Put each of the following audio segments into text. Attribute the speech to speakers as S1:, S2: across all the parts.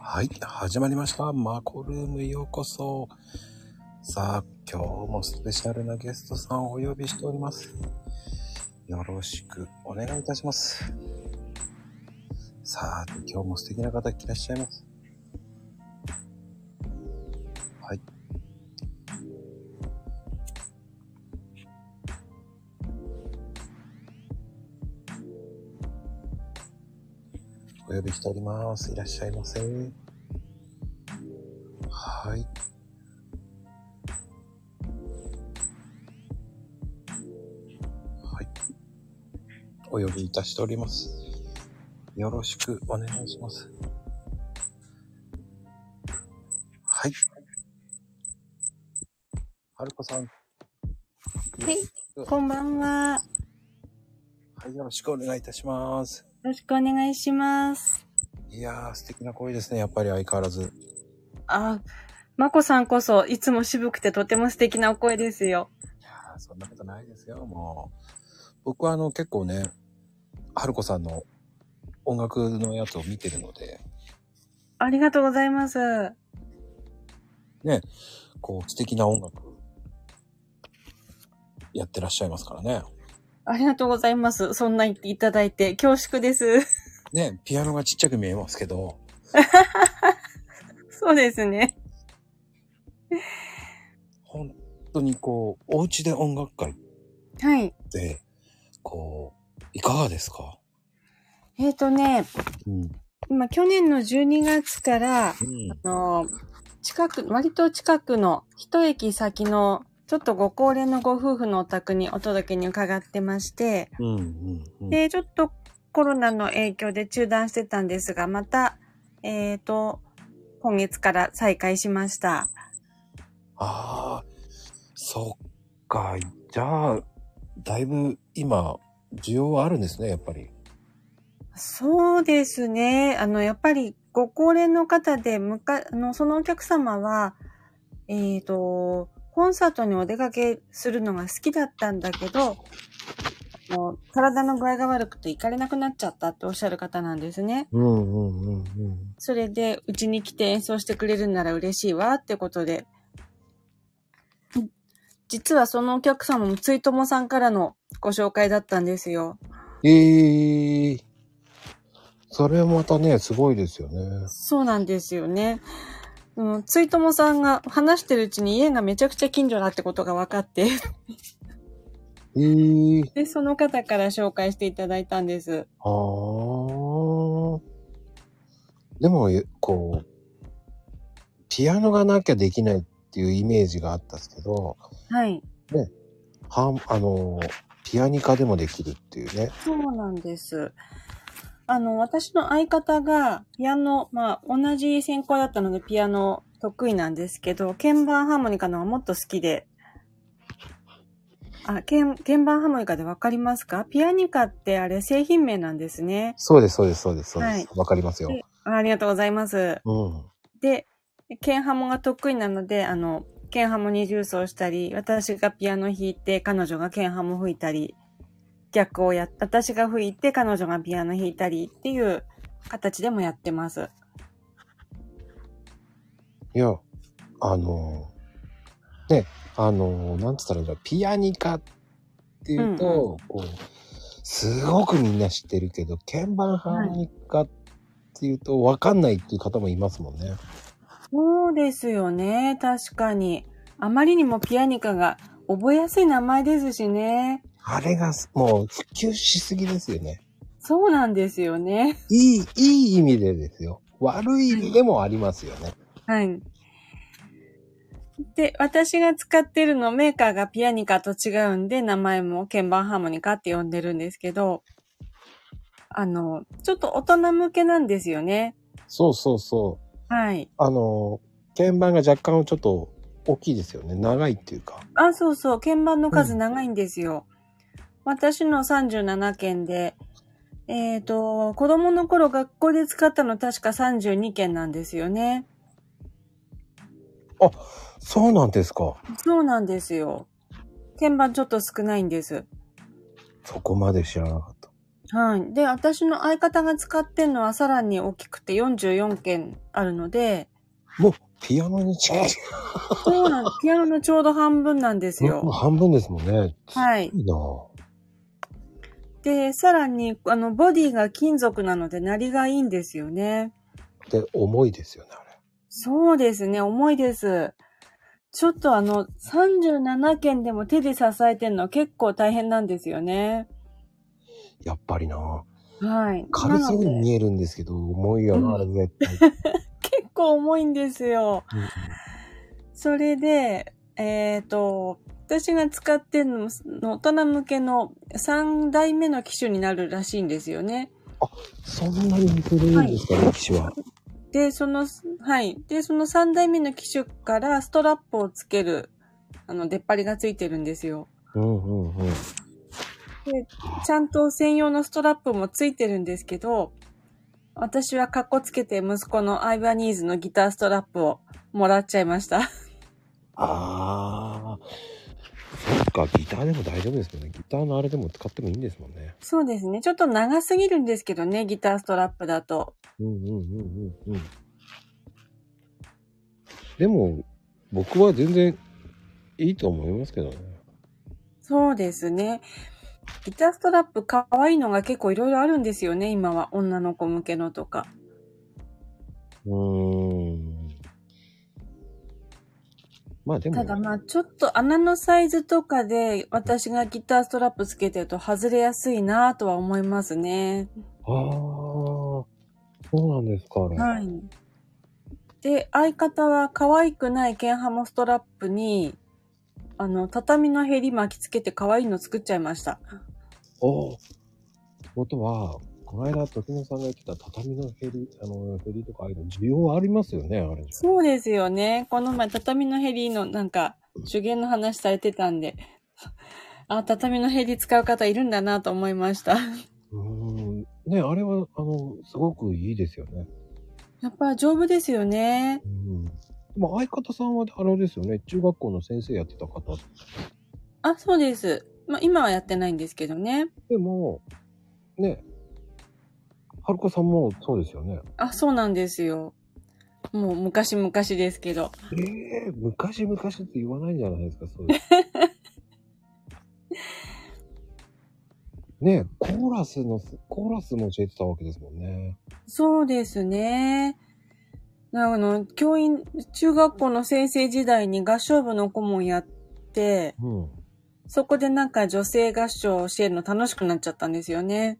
S1: はい、始まりました。マコルームへようこそ。さあ、今日もスペシャルなゲストさんをお呼びしております。よろしくお願いいたします。さあ、今日も素敵な方いらっしゃいます。はい。お呼びしております。いらっしゃいませ。はい。はい。お呼びいたしております。よろしくお願いします。はい。はるこさん。はい。
S2: こんばんは。
S1: はい。よろしくお願いいたします。
S2: よろしくお願いします。
S1: いやー、素敵な声ですね。やっぱり相変わらず。
S2: あ、まこさんこそ、いつも渋くてとても素敵なお声ですよ。
S1: いやー、そんなことないですよ、もう。僕はあの、結構ね、はるこさんの音楽のやつを見てるので。
S2: ありがとうございます。
S1: ね、こう、素敵な音楽、やってらっしゃいますからね。
S2: ありがとうございます。そんな言っていただいて、恐縮です。
S1: ね、ピアノがちっちゃく見えますけど。
S2: そうですね。
S1: 本当にこう、お家で音楽会
S2: はい。
S1: で、こう、いかがですか
S2: えっ、ー、とね、うん、今、去年の12月から、うん、あの、近く、割と近くの、一駅先のちょっとご高齢のご夫婦のお宅にお届けに伺ってまして、
S1: うんうんうん、
S2: で、ちょっとコロナの影響で中断してたんですが、また、えっ、ー、と、今月から再開しました。
S1: ああ、そっか。じゃあ、だいぶ今、需要はあるんですね、やっぱり。
S2: そうですね。あの、やっぱりご高齢の方で、むか、あの、そのお客様は、えっ、ー、と、コンサートにお出かけするのが好きだったんだけど、もう体の具合が悪くて行かれなくなっちゃったっておっしゃる方なんですね。
S1: うんうんうんうん。
S2: それで、うちに来て演奏してくれるなら嬉しいわってことで、実はそのお客様もついともさんからのご紹介だったんですよ。
S1: ええー、それまたね、すごいですよね。
S2: そうなんですよね。うん、ついともさんが話してるうちに家がめちゃくちゃ近所だってことが分かって
S1: えー、
S2: で、その方から紹介していただいたんです。
S1: ああ。でも、こう、ピアノがなきゃできないっていうイメージがあったんですけど、
S2: はい。
S1: ね、はあの、ピアニカでもできるっていうね。
S2: そうなんです。あの、私の相方が、ピアノ、まあ、同じ専攻だったので、ピアノ得意なんですけど、鍵盤ハーモニカのがもっと好きで、あ、鍵鍵盤ハーモニカでわかりますかピアニカってあれ、製品名なんですね。
S1: そうです、そうです、そうです、そうです。わ、はい、かりますよ
S2: あ。ありがとうございます。
S1: うん。
S2: で、鍵ハモが得意なので、あの、鍵ハモに重奏したり、私がピアノ弾いて、彼女が鍵ハモ吹いたり、逆をや、私が吹いて彼女がピアノ弾いたりっていう形でもやってます。
S1: いや、あの、ね、あの、なんつったらいいんだろう、ピアニカっていうと、うんうん、こう、すごくみんな知ってるけど、鍵盤ハーモニカっていうと分かんないっていう方もいますもんね。はい、
S2: そうですよね、確かに。あまりにもピアニカが覚えやすい名前ですしね。
S1: あれがもう普及しすぎですよね。
S2: そうなんですよね。
S1: いい、いい意味でですよ。悪い意味でもありますよね。
S2: はい。で、私が使ってるのメーカーがピアニカと違うんで、名前も鍵盤ハーモニカって呼んでるんですけど、あの、ちょっと大人向けなんですよね。。
S1: そうそうそう
S2: はい。
S1: あの、鍵盤が若干ちょっと大きいですよね。長いっていうか。
S2: あ、そうそう。鍵盤の数長いんですよ。うん私の37件で、えっ、ー、と、子供の頃学校で使ったの確か32件なんですよね。
S1: あ、そうなんですか。
S2: そうなんですよ。鍵盤ちょっと少ないんです。
S1: そこまで知らなかった。
S2: はい。で、私の相方が使ってんのはさらに大きくて44件ある ので、
S1: もうピアノに近い。
S2: そうなんピアノのちょうど半分なんです
S1: もう
S2: よ。
S1: 半分ですもんね。
S2: はい。
S1: いいなぁ
S2: で、さらに、あの、ボディが金属なので、鳴りがいいんですよね。
S1: で、重いですよね、あれ。
S2: そうですね、重いです。ちょっとあの、37件でも手で支えてるのは結構大変なんですよね。
S1: やっぱりなぁ
S2: はい。
S1: 軽そうに
S2: なので
S1: 見えるんですけど、重いよな、あれ絶対。
S2: 結構重いんですよ。
S1: うん
S2: それで、えっ、と、私が使ってるのも、大人向けの3代目の機種になるらしいんですよね。
S1: そんなに似てるんですか、歴史は。
S2: で、その、はい。で、その3代目の機種からストラップをつける、あの、出っ張りがついてるんですよ。
S1: うんうんうん。
S2: ちゃんと専用のストラップもついてるんですけど、私はカッコつけて息子のアイバニーズのギターストラップをもらっちゃいました。
S1: ああ。そっか、ギターでも大丈夫ですけどね。ギターのあれでも使ってもいいんですもんね。
S2: そうですね。ちょっと長すぎるんですけどね、ギターストラップだと。
S1: うんうんうんうんうん。でも、僕は全然いいと思いますけどね。
S2: そうですね。ギターストラップ可愛いのが結構いろいろあるんですよね、今は。女の子向けのとか。
S1: うーん。まあでも、
S2: ただまあちょっと穴のサイズとかで私がギターストラップつけてると外れやすいなとは思いますね。
S1: ああ、そうなんですか、あれ。
S2: はい。で、相方は可愛くない剣ハモストラップに、あの、畳のヘリ巻きつけて可愛いの作っちゃいました。
S1: おお。ことは、この間、時野さんが言ってた畳のヘリ、あの、ヘリとかああいうの、需要ありますよね、あれ。
S2: そうですよね。この前、畳のヘリのなんか、手芸の話されてたんで、 あ、畳のヘリ使う方いるんだなと思いました。
S1: うーん。ね、あれは、あの、すごくいいですよね。
S2: やっぱ丈夫ですよね。
S1: うん。まあ、相方さんは、あれですよね、中学校の先生やってた方。
S2: あ、そうです。まあ、今はやってないんですけどね。
S1: でも、ね、はるかさんもそうですよね。
S2: あ、そうなんですよ。もう昔々ですけど。
S1: ええ昔々って言わないんじゃないですか、そう いう。ねえ、コーラスの、コーラスも教えてたわけですもんね。
S2: そうですね。あの、教員、中学校の先生時代に合唱部の顧問やって、
S1: うん。
S2: そこでなんか女性合唱を教えるの楽しくなっちゃったんですよね。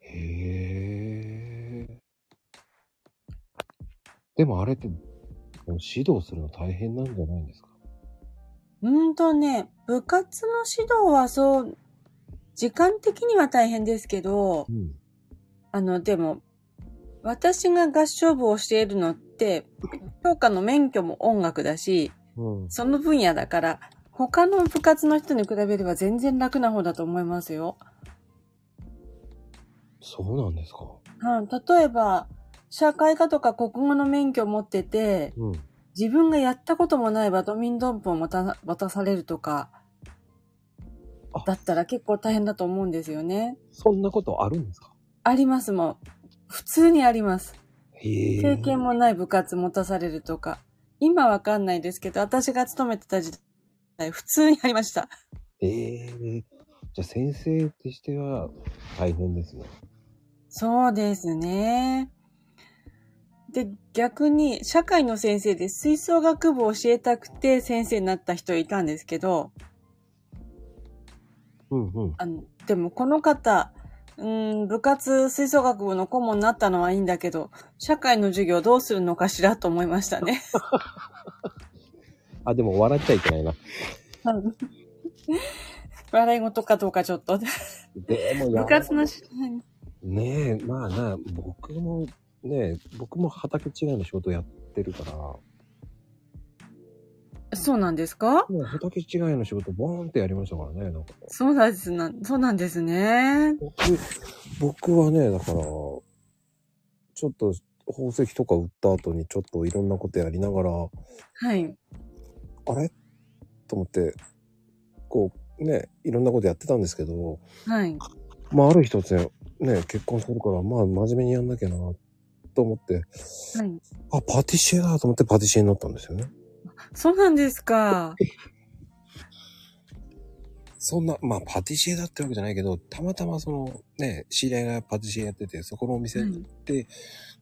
S1: へえ。でもあれって、指導するの大変なんじゃないんですか
S2: うんとね、部活の指導はそう、時間的には大変ですけど
S1: う、ん。
S2: あの、でも、私が合唱部を教えるのって、教科の免許も音楽だし、
S1: うん。
S2: その分野だから、他の部活の人に比べれば全然楽な方だと思いますよ。
S1: そうなんですか。
S2: うん、例えば、社会科とか国語の免許を持ってて、
S1: うん。
S2: 自分がやったこともないバドミントン部をまた渡されるとか
S1: あ、
S2: だったら結構大変だと思うんですよね。
S1: そんなことあるんですか
S2: ありますもん。普通にあります。
S1: へえ。
S2: 経験もない部活持たされるとか。今わかんないですけど、私が勤めてた時代、普通にありました。
S1: ええじゃあ先生としては大変ですね。
S2: そうですね。で、逆に、社会の先生で吹奏楽部を教えたくて先生になった人いたんですけど、
S1: うんうん。
S2: あの、でもこの方、うーん、部活吹奏楽部の顧問になったのはいいんだけど、社会の授業どうするのかしらと思いましたね。
S1: あ、でも笑っちゃいけないな。
S2: 笑い事かどうかちょっと。
S1: でも や
S2: 部活のし、
S1: ねえ、まあな、僕もね、僕も畑違いの仕事やってるから、
S2: そうなんですか
S1: もう畑違いの仕事ボーンってやりましたからね、なんか。
S2: そうなんですな、そうなんですね。
S1: 僕、僕はね、だから、ちょっと宝石とか売った後にちょっといろんなことやりながら、
S2: はい。
S1: あれと思って、こうね、いろんなことやってたんですけど、
S2: はい。
S1: まあ、ある日突然、ね、結婚するから、まあ、真面目にやんなきゃな、と思って、
S2: はい。
S1: あ、パティシエだと思ってパティシエになったんですよね。
S2: そうなんですか。
S1: そんな、まあ、パティシエだってわけじゃないけど、たまたまその、ね、知り合いがパティシエやってて、そこのお店、
S2: はい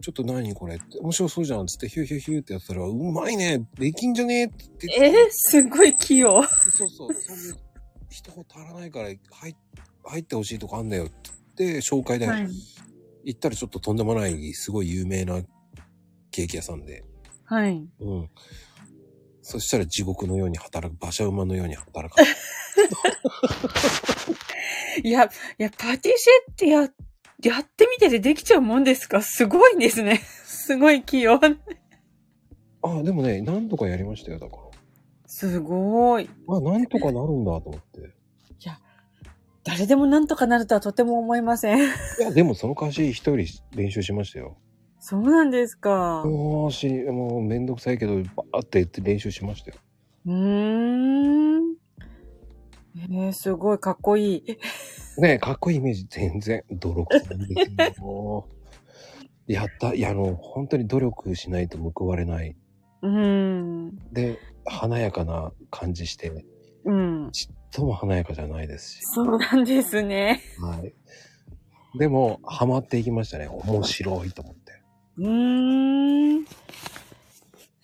S1: ちょっと何これって、面白そうじゃんっつって、ヒューヒューヒューってやったら、うまいねできんじゃねえって言って
S2: えー、すごい器用。
S1: そうそう、そんで、人が足らないから、入入ってほしいとこあんだよって言って、紹介で
S2: はい。
S1: 行ったらちょっととんでもない、すごい有名なケーキ屋さんで、
S2: はい。
S1: うん。そしたら地獄のように働く、馬車馬のように働く。
S2: いや、いや、パティシエってや、やってみててできちゃうもんですかすごいんですね。すごい器用。
S1: ああ、でもね、なんとかやりましたよ、だから。
S2: すごい。
S1: まあ、なんとかなるんだと思って。
S2: 誰でもなんとかなるとはとても思いません。
S1: いや、でもその代わし一人練習しましたよ。
S2: そうなんですか。
S1: もうし、もうめんどくさいけど、バーって言って練習しましたよ。
S2: うーん。えー、すごいかっこいい。え
S1: ねえ、かっこいいイメージ全然泥臭いですねもう やった、いや、あの、本当に努力しないと報われない。
S2: うーん。
S1: で、華やかな感じして、
S2: うん。
S1: ちっとも華やかじゃないですし。
S2: そうなんですね。
S1: はい。でも、ハマっていきましたね。面白いと思って。
S2: うーん。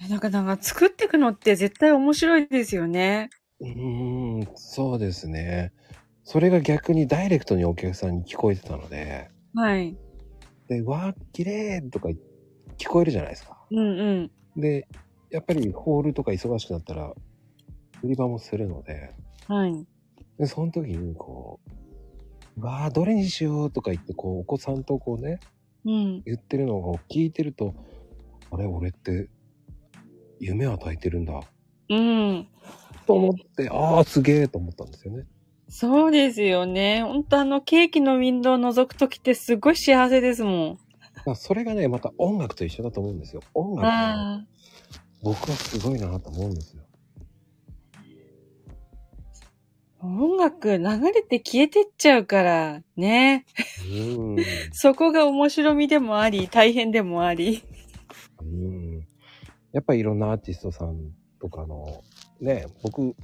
S2: えなんか、なんか作っていくのって絶対面白いですよね。
S1: うーん、そうですね。それが逆にダイレクトにお客さんに聞こえてたので、
S2: はい。
S1: で、わー、綺麗とか聞こえるじゃないですか。
S2: うんうん。
S1: で、やっぱりホールとか忙しくなったら、売り場もするので、
S2: はい。
S1: で、その時にこう、わー、どれにしようとか言って、こう、お子さんとこうね、
S2: うん。
S1: 言ってるのを聞いてると、あれ、俺って、夢与えてるんだ、
S2: うん。
S1: と思って、ああ、すげえと思ったんですよね。
S2: そうですよね。ほんとあのケーキのウィンドウを覗くときってすごい幸せですも
S1: だからそれがね、また音楽と一緒だと思うんですよ。音
S2: ん。
S1: 楽は
S2: ああ。
S1: 僕はすごいなと思うんですよ。
S2: 音楽流れて消えてっちゃうから、ね。
S1: うーん。う
S2: そこが面白みでもあり、大変でもあり。
S1: ーん。やっぱりいろんなアーティストさんとかの、ね、僕、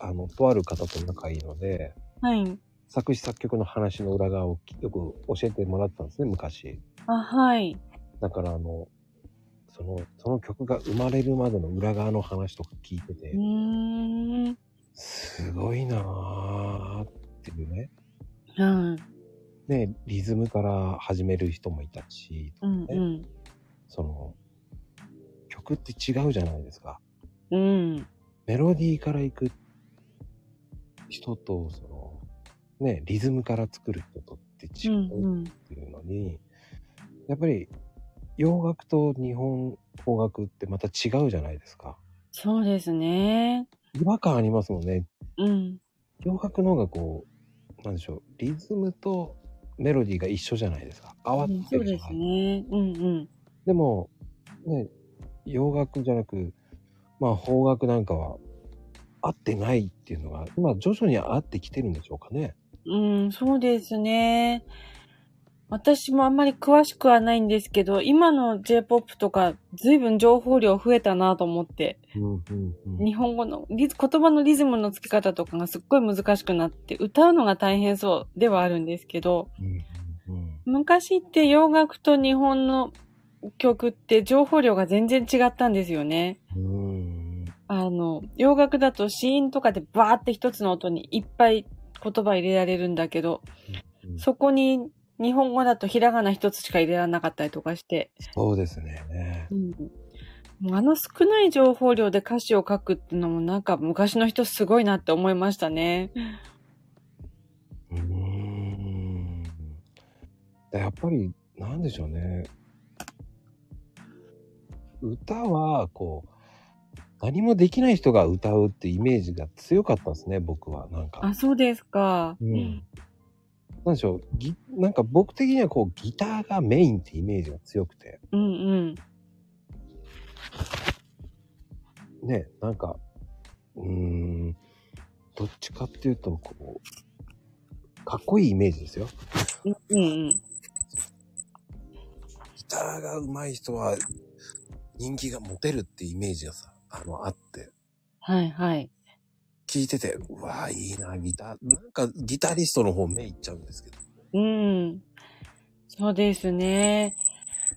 S1: あの、とある方と仲いいので、
S2: はい。
S1: 作詞作曲の話の裏側をよく教えてもらってたんですね、昔。
S2: あ、はい。
S1: だからあの、その、その曲が生まれるまでの裏側の話とか聞いてて
S2: う、ーん。
S1: すごいなーっていうね。
S2: うん。
S1: ね、リズムから始める人もいたし、
S2: うん。うん。
S1: その、曲って違うじゃないですか。
S2: うん。
S1: メロディーから行く人と、その、ね、リズムから作る人とって
S2: う。
S1: 違うんっていうのに、やっぱり洋楽と日本邦楽ってまた違うじゃないですか。
S2: そうですね。
S1: 違和感ありますもんね。
S2: うん。
S1: 洋楽の方がこう、なんでしょう、リズムとメロディーが一緒じゃないですか。合わ
S2: うん
S1: せて
S2: そう
S1: るじゃ
S2: で
S1: な
S2: す
S1: い
S2: ね。うんうん。
S1: でも、ね、洋楽じゃなく、まあ、邦楽なんかは合ってないっていうのが、まあ、徐々に合ってきてるんでしょうかね。
S2: うん、そうですね。私もあんまり詳しくはないんですけど、今の J-POP とか、随分情報量増えたなと思って、
S1: うんうんうん。
S2: 日本語のリズ、言葉のリズムの付け方とかがすっごい難しくなって、歌うのが大変そうではあるんですけど、
S1: うんうん
S2: 昔って洋楽と日本の曲って情報量が全然違ったんですよね。
S1: うん。
S2: あの、洋楽だと子音とかでバーって一つの音にいっぱい言葉入れられるんだけど、
S1: うん
S2: そこに日本語だとひらがな一つしか入れられなかったりとかして、
S1: そうですね。
S2: もうあの少ない情報量で歌詞を書くってのもなんか昔の人すごいなって思いましたね。
S1: うん。やっぱり、なんでしょうね。歌は、こう、何もできない人が歌うってイメージが強かったんですね、僕は。なんか。
S2: あ、そうですか。
S1: うん。なんでしょう、ぎなんか僕的にはこうギターがメインってイメージが強くて、
S2: うんうん。
S1: ね、なんか、うーん、どっちかっていうと、こう、かっこいいイメージですよ。
S2: うんうん。
S1: ギターが上手い人は人気が持てるってイメージがさ、あの、あって、
S2: はいはい。
S1: 聞いてて、うわーいいな、ギター、なんかギタリストの方目いっちゃうんですけど。
S2: うん。そうですね。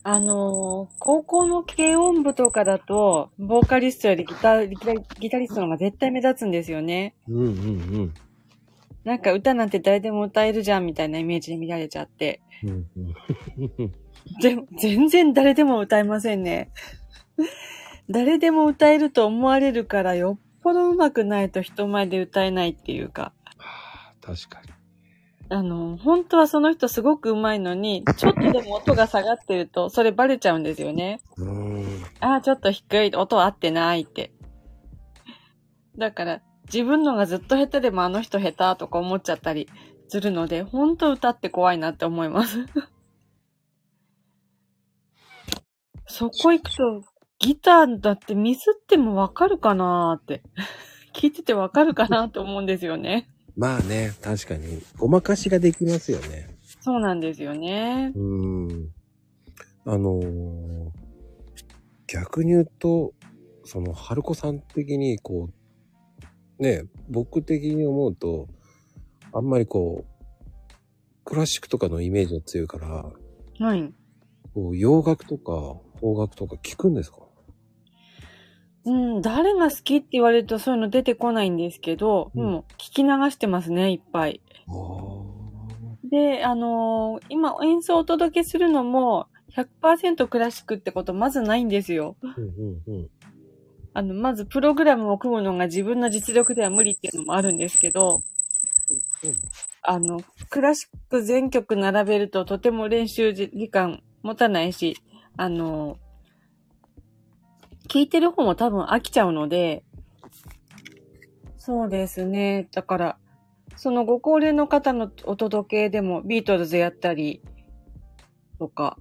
S2: あの、高校の軽音部とかだと、ボーカリストよりギタギタギタリストの方が絶対目立つんですよね。
S1: うんうん
S2: なんか歌なんて誰でも歌えるじゃんみたいなイメージで見られちゃって。
S1: うん。うん うん。
S2: で全然誰でも歌えませんね。 誰でも歌えると思われるから、よっぽど上手くないと人前で歌えないっていうか。
S1: 確かに。
S2: あの、本当はその人すごく上手いのに、ちょっとでも音が下がってると、それバレちゃうんですよね。
S1: うーん。
S2: ああ、ちょっと低い、音合ってないって。だから、自分のがずっと下手でもあの人下手とか思っちゃったりするので、本当歌って怖いなって思います。そこ行くと、ギターだってミスってもわかるかなーって。聞いててわかるかなと思うんですよね。
S1: まあね、確かに、ごまかしができますよね。
S2: そうなんですよね。
S1: うーん。あのー逆に言うと、その、春子さん的に、こう、ね、僕的に思うと、あんまりこう、クラシックとかのイメージが強いから、
S2: はい。
S1: こう洋楽とか邦楽とか聞くんですか
S2: うん、誰が好きって言われるとそういうの出てこないんですけど、
S1: うん
S2: もう聞き流してますね、いっぱい。で、あのー今演奏をお届けするのも、100%クラシックってことまずないんですよ。
S1: うんうんうん。
S2: あの、まずプログラムを組むのが自分の実力では無理っていうのもあるんですけど、あの、クラシック全曲並べるととても練習時間持たないし、あの、聞いてる方も多分飽きちゃうので、そうですね。だから、そのご高齢の方のお届けでもビートルズやったりとか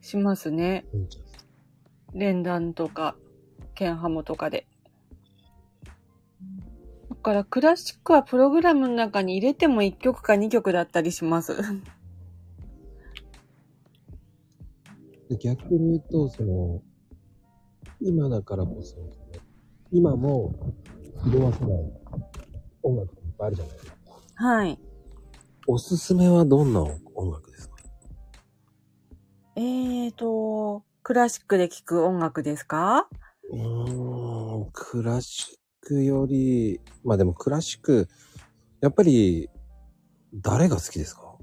S2: しますね。連弾とか、剣ハモとかで。だからクラシックはプログラムの中に入れても1曲か2曲だったりします。
S1: で逆に言うと、その、今だからこそ、今も色褪せない音楽がいっぱいあるじゃないですか。
S2: はい。
S1: おすすめはどんな音楽ですか
S2: えーと、クラシックで聴く音楽ですか
S1: うーん、クラシックより、まあでもクラシック、やっぱり、誰が好きですか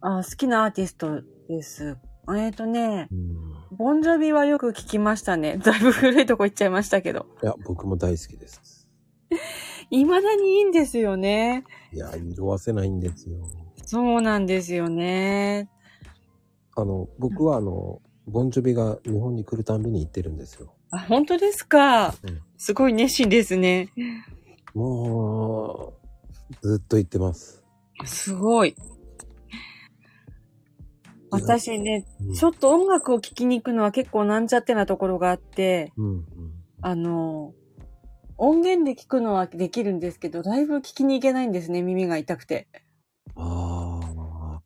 S2: あ好きなアーティストです。えーとね
S1: う、ん。
S2: ボンジョビはよく聞きましたね。 だいぶ古いとこ行っちゃいましたけど。
S1: いや、僕も大好きです。
S2: 未だにいいんですよね。
S1: いや、色褪せないんですよ。
S2: そうなんですよね。
S1: あの、僕はあの、ボンジョビが日本に来るたんびに行ってるんですよ。
S2: あ、本当ですか
S1: うん。
S2: すごい熱心ですね。
S1: もう、ずっと行ってます。
S2: すごい。私ね、
S1: うん
S2: ちょっと音楽を聴きに行くのは結構なんちゃってなところがあって、
S1: うんうん。
S2: あの、音源で聞くのはできるんですけど、ライブ聞きに行けないんですね、耳が痛くて。
S1: ああ、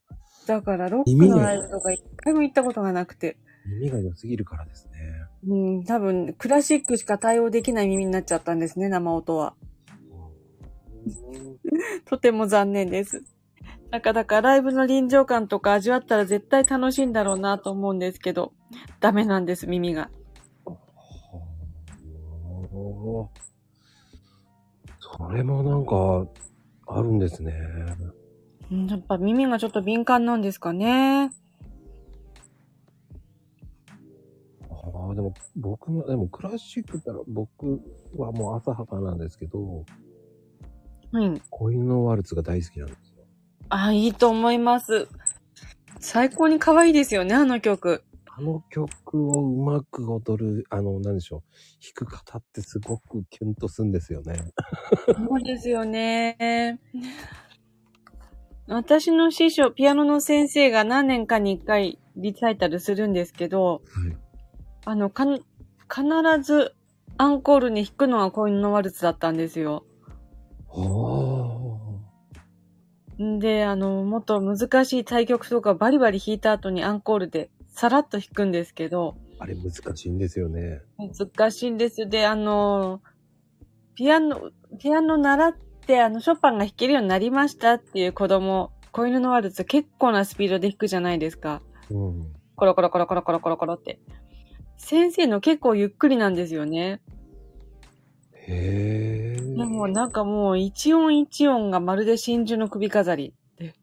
S2: だから、ロック
S1: 耳が
S2: のライブとか一回も行ったことがなくて。
S1: 耳が良すぎるからですね。
S2: うん、多分、クラシックしか対応できない耳になっちゃったんですね、生音は。とても残念です。なんか、だから、ライブの臨場感とか味わったら絶対楽しいんだろうなと思うんですけど、ダメなんです、耳が。
S1: はあそれもなんか、あるんですね。
S2: うんやっぱ耳がちょっと敏感なんですかね。
S1: ああ、でも、僕も、でもクラシックったら僕はもう浅はかなんですけど、
S2: うん。
S1: 子犬のワルツが大好きなんですよ。
S2: あ、いいと思います。最高に可愛いですよね、あの曲。
S1: あの曲をうまく踊る、あの、なんでしょう、弾く方ってすごくキュンとするんですよね。
S2: そうですよね。私の師匠、ピアノの先生が何年かに一回リサイタルするんですけど、
S1: はい
S2: あの、かん、必ずアンコールに弾くのは恋のワルツだったんですよ。
S1: お
S2: で、あの、もっと難しい対局とかバリバリ弾いた後にアンコールでさらっと弾くんですけど、
S1: あれ難しいんですよね。
S2: 難しいんですよ。で、あの、ピアノ、ピアノ習って、あの、ショパンが弾けるようになりましたっていう子供、子犬のワルツ結構なスピードで弾くじゃないですか。
S1: うん。
S2: コロコロコロコロコロコロコロって。先生の結構ゆっくりなんですよね。
S1: へえ。
S2: でもなんかもう一音一音がまるで真珠の首飾りって。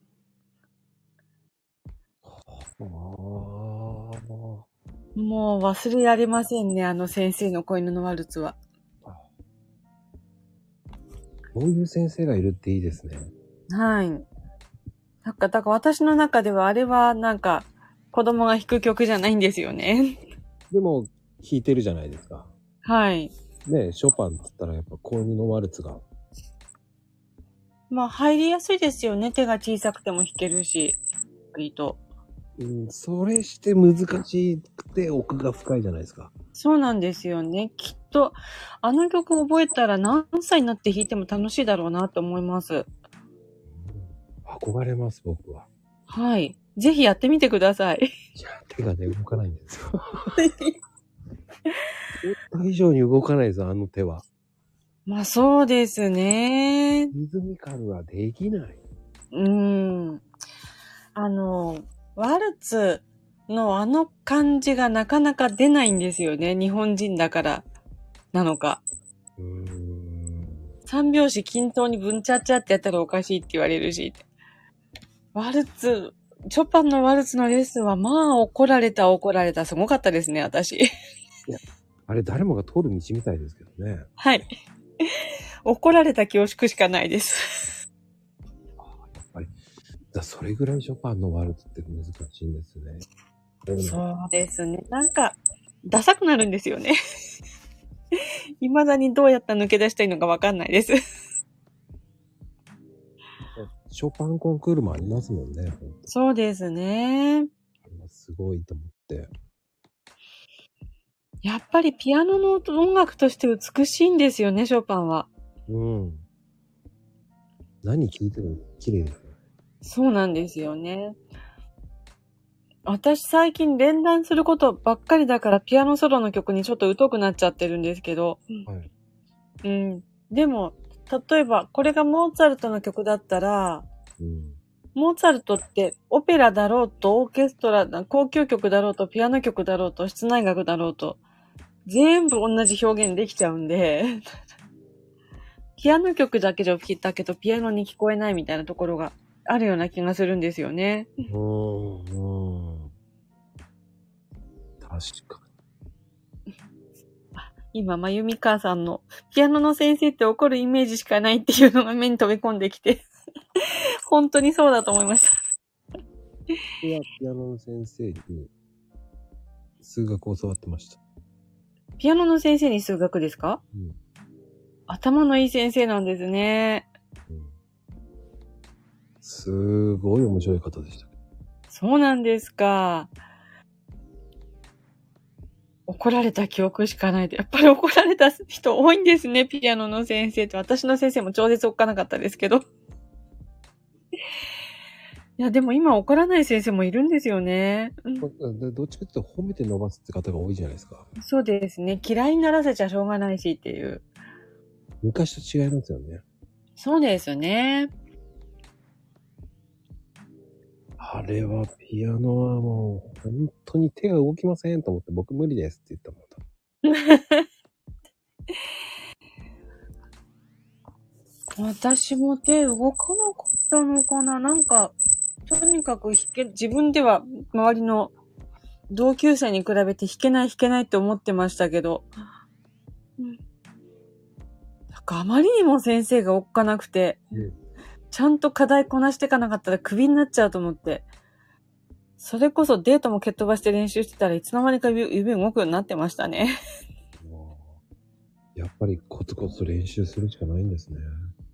S1: あー
S2: もう忘れられませんね、あの先生の子犬のワルツは。
S1: こういう先生がいるっていいですね。
S2: はい。なんか、だから私の中ではあれはなんか、子供が弾く曲じゃないんですよね。
S1: でも、弾いてるじゃないですか。
S2: はい。
S1: ねえショパンっつったらやっぱ子犬のワルツが。
S2: まあ、入りやすいですよね。手が小さくても弾けるし、割と。
S1: うん、それして難しくて奥が深いじゃないですか。
S2: そうなんですよね。きっと、あの曲覚えたら何歳になって弾いても楽しいだろうなと思います。
S1: 憧れます、僕は。
S2: はい。ぜひやってみてください。
S1: いや、手がね、動かないんですよ。思った以上に動かないです、あの手は。
S2: まあ、そうですね。
S1: リズミカルはできない。
S2: うーん。あの、ワルツのあの感じがなかなか出ないんですよね。日本人だからなのか。
S1: うーん。
S2: 三拍子均等に分ちゃっちゃってやったらおかしいって言われるし。ワルツ、ショパンのワルツのレッスンはまあ怒られた怒られたすごかったですね、私。
S1: あれ、誰もが通る道みたいですけどね。
S2: はい。怒られた恐縮しかないです。
S1: やっぱり。だそれぐらいショパンのワルツって難しいんですね。
S2: そうですね。なんか、ダサくなるんですよね。未だにどうやったら抜け出したいのかわかんないです。
S1: ショパンコンクールもありますもんね。ほんと
S2: そうですね。
S1: すごいと思って。
S2: やっぱりピアノの音楽として美しいんですよね、ショパンは。
S1: うん。何聞いても綺麗ですね。
S2: そうなんですよね。私最近連弾することばっかりだからピアノソロの曲にちょっと疎くなっちゃってるんですけど。
S1: はい
S2: うん。でも、例えばこれがモーツァルトの曲だったら、
S1: うん。
S2: モーツァルトってオペラだろうとオーケストラだ、交響曲だろうとピアノ曲だろうと室内楽だろうと、全部同じ表現できちゃうんで、ピアノ曲だけじゃ聞いたけどピアノに聞こえないみたいなところがあるような気がするんですよね。
S1: うん。うん。確か
S2: 今、まゆみかさんのピアノの先生って怒るイメージしかないっていうのが目に飛び込んできて、 本当にそうだと思いました。
S1: に。いや、ピアノの先生に数学を教わってました。
S2: ピアノの先生に数学ですか
S1: うん。
S2: 頭のいい先生なんですね。
S1: うん、すごい面白い方でした。
S2: そうなんですか。怒られた記憶しかないで。やっぱり怒られた人多いんですね、ピアノの先生って。私の先生も超絶おっかなかったですけど。いや、でも今怒らない先生もいるんですよね。うん
S1: までどっちかっていうと褒めて伸ばすって方が多いじゃないですか。
S2: そうですね。嫌いにならせちゃしょうがないしっていう。
S1: 昔と違いますよね。
S2: そうですね。
S1: あれはピアノはもう本当に手が動きませんと思って僕無理ですって言ったもんだ。
S2: 私も手動かなかったのかななんか、とにかく弾け、自分では周りの同級生に比べて弾けない弾けないって思ってましたけど。うんなんかあまりにも先生がおっかなくて、
S1: うん
S2: ちゃんと課題こなしていかなかったらクビになっちゃうと思って。それこそデートも蹴っ飛ばして練習してたらいつの間にか指指動くようになってましたね。
S1: もうやっぱりコツコツと練習するしかないんですね。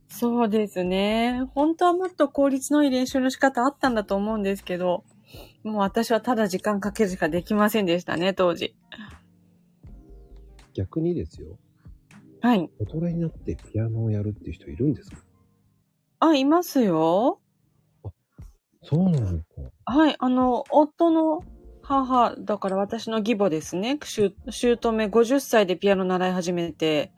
S2: そうですね。本当はもっと効率のいい練習の仕方あったんだと思うんですけど、もう私はただ時間かけるしかできませんでしたね、当時。
S1: 逆にですよ。
S2: はい。
S1: 大人になってピアノをやるっていう人いるんですか
S2: あ、いますよ。
S1: そうなんだ。
S2: はい、あの、夫の母、だから私の義母ですね。しゅ姑50歳でピアノ習い始めて、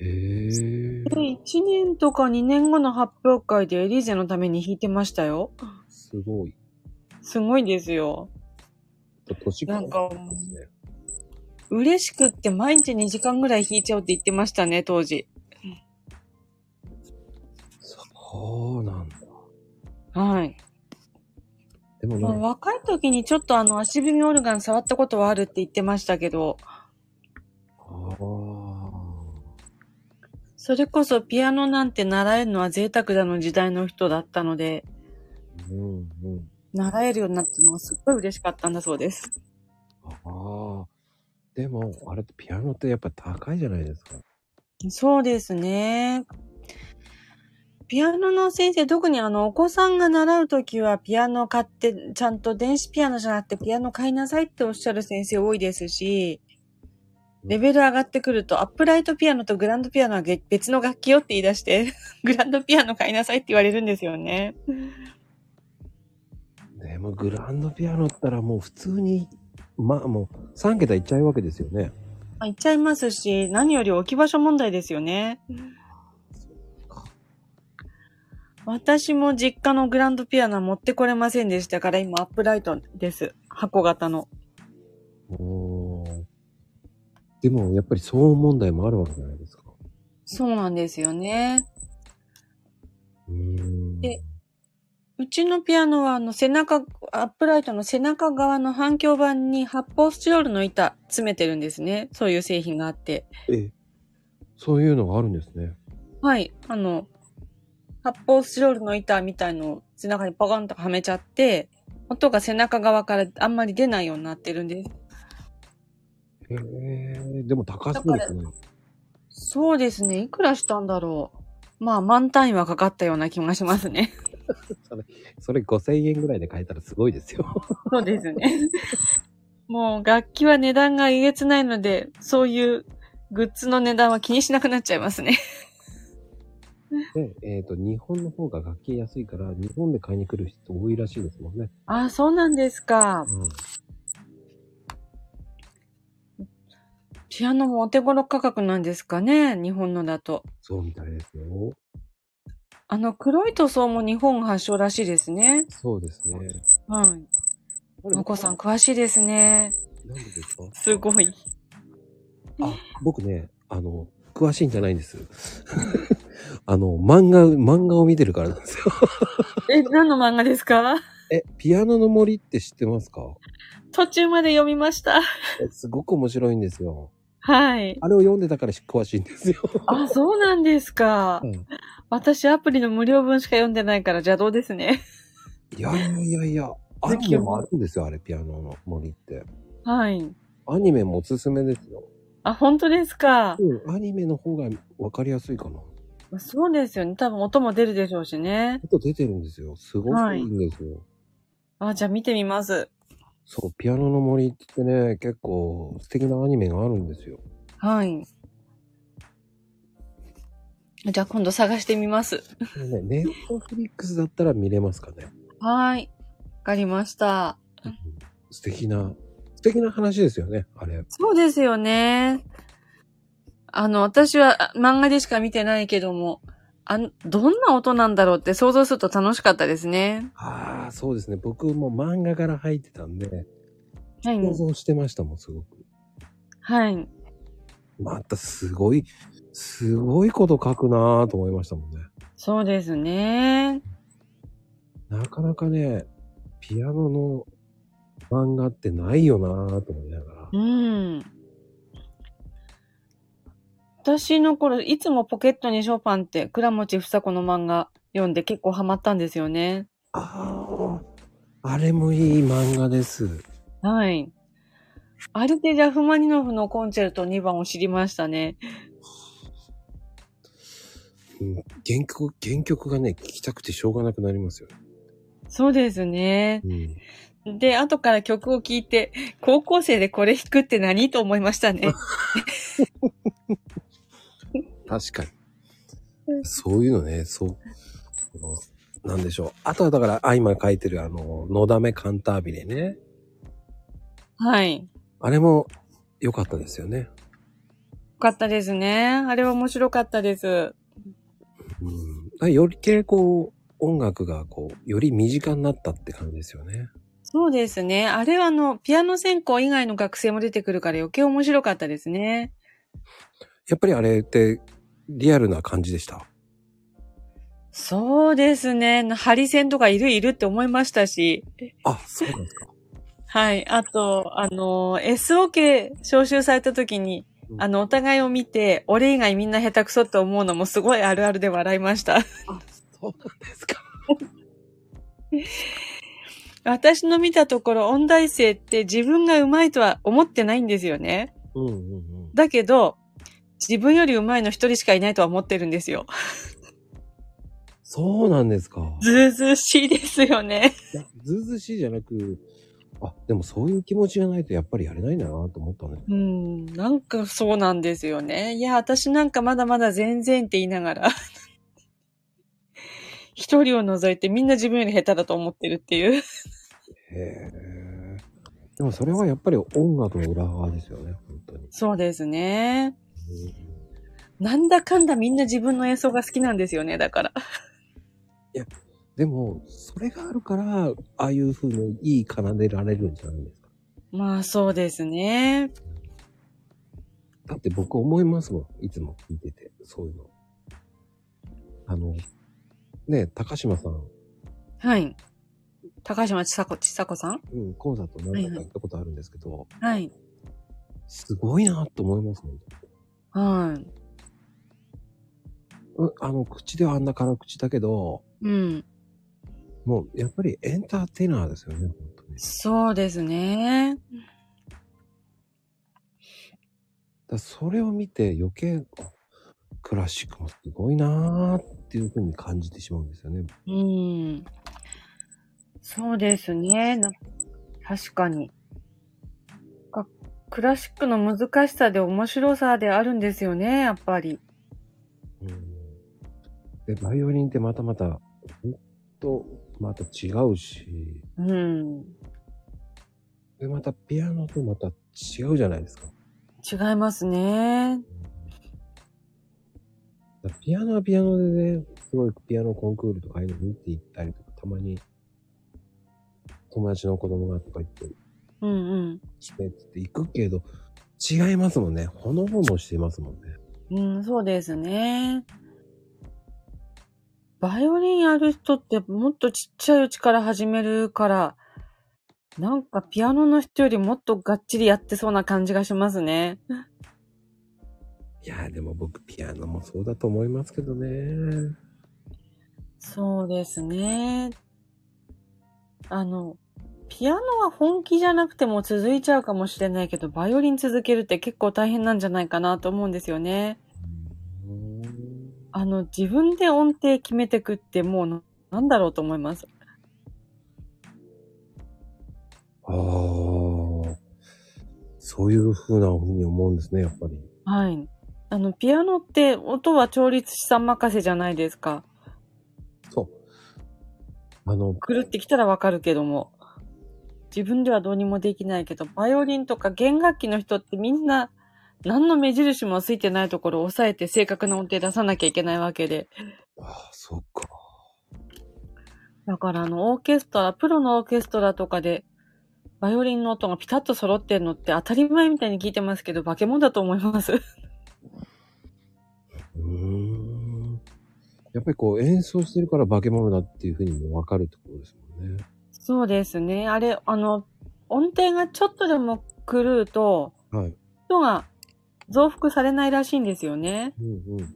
S1: へえ。
S2: で、1年とか2年後の発表会でエリーゼのために弾いてましたよ。
S1: すごい。
S2: すごいですよ。
S1: 年が
S2: なんか、嬉しくって毎日2時間ぐらい弾いちゃうって言ってましたね、当時。
S1: そうなんだ。
S2: はい。
S1: でも
S2: まあ
S1: なんか、
S2: 若い時にちょっとあの足踏みオルガン触ったことはあるって言ってましたけど、
S1: ああ。
S2: それこそピアノなんて習えるのは贅沢だの時代の人だったので、
S1: うんうん。
S2: 習えるようになったのがすっごい嬉しかったんだそうです。
S1: ああ。でも、あれってピアノってやっぱ高いじゃないですか。
S2: そうですね。ピアノの先生、特にあの、お子さんが習うときはピアノ買って、ちゃんと電子ピアノじゃなくてピアノ買いなさいっておっしゃる先生多いですし、レベル上がってくると、アップライトピアノとグランドピアノはげ別の楽器よって言い出して、 グランドピアノ買いなさいって言われるんですよね。
S1: でも、グランドピアノったらもう普通に、まあもう3桁いっちゃうわけですよね。
S2: まあ、行っちゃいますし、何より置き場所問題ですよね。私も実家のグランドピアノは持ってこれませんでしたから、今アップライトです。箱型の。
S1: おーでも、やっぱり騒音問題もあるわけじゃないですか。
S2: そうなんですよね。
S1: うーん。
S2: でうちのピアノはあの背中、アップライトの背中側の反響板に発泡スチロールの板詰めてるんですね。そういう製品があって。
S1: え、そういうのがあるんですね。
S2: はい。あの、発泡スチロールの板みたいのを背中にポカンとはめちゃって、音が背中側からあんまり出ないようになってるんです。
S1: へえ、でも高そうですね。
S2: そうですね。いくらしたんだろう。まあ、満単位はかかったような気がしますね。
S1: それ5000円ぐらいで買えたらすごいですよ。
S2: そうですね。もう、楽器は値段がえげつないので、そういうグッズの値段は気にしなくなっちゃいますね。
S1: で、えっ、と、日本の方が楽器安いから、日本で買いに来る人多いらしいですもんね。
S2: ああ、そうなんですか。
S1: うん。
S2: ピアノもお手頃価格なんですかね。日本のだと。
S1: そうみたいですよ。
S2: あの、黒い塗装も日本発祥らしいですね。
S1: そうですね。
S2: はい。
S1: あれ
S2: まこさん、詳しいですね。
S1: なんでですか
S2: すごい。
S1: あ、僕ね、あの、詳しいんじゃないんです。 あの、漫画、漫画を見てるからなん ですよ。
S2: え、何の漫画ですか
S1: え、ピアノの森って知ってますか
S2: 途中まで読みました。
S1: えすごく面白いんですよ。
S2: はい。
S1: あれを読んでたから詳しいんですよ。
S2: あ、そうなんですか
S1: う。 ん
S2: 私、アプリの無料分しか読んでないから邪道ですね。
S1: いやいやいや、アニメもあるんですよ、あれ、ピアノの森って。
S2: はい。
S1: アニメもおすすめですよ。
S2: あ、本当ですか。
S1: うん、アニメの方がわかりやすいかな。
S2: そうですよね。多分音も出るでしょうしね。
S1: 音出てるんですよ。すごくいいんですよ。
S2: あ、じゃあ見てみます。
S1: そう、ピアノの森って言ってね、結構素敵なアニメがあるんですよ。
S2: はい。じゃあ今度探してみます。
S1: これ ね、ネットフリックスだったら見れますかね。
S2: はい。わかりました。
S1: 素敵な、素敵な話ですよね、あれ。
S2: そうですよね。あの、私はあ漫画でしか見てないけども、あんどんな音なんだろうって想像すると楽しかったですね。
S1: ああ、そうですね。僕も漫画から入ってたんで、
S2: はい。
S1: 想像してましたもん、すごく。
S2: はい。
S1: またすごい、すごいこと書くなぁと思いましたもんね。
S2: そうですね。
S1: なかなかね、ピアノの漫画ってないよなぁと思いながら。
S2: うん。私の頃、いつもポケットにショパンって倉持房子の漫画読んで結構ハマったんですよね。
S1: ああ、あれもいい漫画です。
S2: はい。アルテジャフマニノフのコンチェルト2番を知りましたね。
S1: うん、原曲、原曲がね、聞きたくてしょうがなくなりますよね。
S2: そうですね。
S1: うん。
S2: で、後から曲を聴いて、高校生でこれ弾くって何と思いましたね。
S1: 確か
S2: う
S1: に。そういうのね、そう。なんでしょう。あとはだから、あ、今書いてるあの、のだめカンタービレね。
S2: はい。
S1: あれも良かったですよね。
S2: よかったですね。あれは面白かったです。
S1: うん。だからよりけりこう、音楽がこう、より身近になったって感じですよね。
S2: そうですね。あれはあの、ピアノ専攻以外の学生も出てくるから余計面白かったですね。
S1: やっぱりあれって、リアルな感じでした。
S2: そうですね。ハリセンとかいるいるって思いましたし。
S1: あ、そうなんですか。
S2: はい。あと、あの、SOK 招集された時に、あの、お互いを見て、俺以外みんな下手くそって思うのもすごいあるあるで笑いました。
S1: そうなんですか。
S2: 私の見たところ、音大生って自分が上手いとは思ってないんですよね。
S1: うんうんうん。
S2: だけど、自分より上手いの一人しかいないとは思ってるんですよ。
S1: そうなんですか。
S2: ずうずうしいですよね。
S1: いやずうずうしいじゃなく、あ、でもそういう気持ちがないとやっぱりやれないんだなと思ったね。
S2: うん、なんかそうなんですよね。いや、私なんかまだまだ全然って言いながら。一人を除いてみんな自分より下手だと思ってるっていう。
S1: へえ。でもそれはやっぱり音楽の裏側ですよね、本当に。
S2: そうですね。なんだかんだみんな自分の演奏が好きなんですよね、だから。
S1: でも、それがあるから、ああいう風にいい奏でられるんじゃないですか。
S2: まあそうですね。
S1: だって僕思いますもん、いつも聞いてて、そういうの。あの、ねえ、高島さん、
S2: はい。高島ちさ子、ちさ子さん
S1: うん、コンサート何回か行ったことあるんですけど、
S2: はい。
S1: すごいなと思いますもん。
S2: はい。
S1: うんあの、口ではあんな辛口だけど、
S2: うん。
S1: もうやっぱりエンターテイナーですよね、本当に。だか
S2: そうですね。
S1: らそれを見て余計、あクラシックもすごいなーっていう風に感じてしまうんですよね。
S2: うん。そうですね。な確かに。かクラシックの難しさで面白さであるんですよね、やっぱり。
S1: うん、で、バイオリンってまたまた、ほんと、また違うし、
S2: うん。
S1: で、またピアノとまた違うじゃないですか。
S2: 違いますね。
S1: だからピアノはピアノでね、すごいピアノコンクールとかああいうの見ていったりとか、たまに、友達の子供がとか言って、
S2: うんうん。
S1: してって行くけど、違いますもんね。ほのぼのしてますもんね。
S2: うん、そうですね。バイオリンやる人ってもっとちっちゃいうちから始めるから、なんかピアノの人よりもっとがっちりやってそうな感じがしますね。
S1: いやーでも僕ピアノもそうだと思いますけどね。
S2: そうですね。あの、ピアノは本気じゃなくても続いちゃうかもしれないけど、バイオリン続けるって結構大変なんじゃないかなと思うんですよね。あの、自分で音程決めてくってもうななんだろうと思います。
S1: ああ、そういう風な風に思うんですね、やっぱり。
S2: はい。あの、ピアノって音は調律師さん任せじゃないですか。
S1: そう。あの、
S2: 狂ってきたらわかるけども。自分ではどうにもできないけど、バイオリンとか弦楽器の人ってみんな、何の目印もついてないところを押さえて正確な音程出さなきゃいけないわけで。
S1: ああ、そうか。
S2: だからあの、オーケストラ、プロのオーケストラとかで、バイオリンの音がピタッと揃ってんのって当たり前みたいに聞いてますけど、化け物だと思います。
S1: うーん。やっぱりこう演奏してるから化け物だっていう風にもわかるってことですもんね。
S2: そうですね。あれ、あの、音程がちょっとでも狂うと、
S1: はい。
S2: 人が増幅されないらしいんですよね。
S1: うんうん。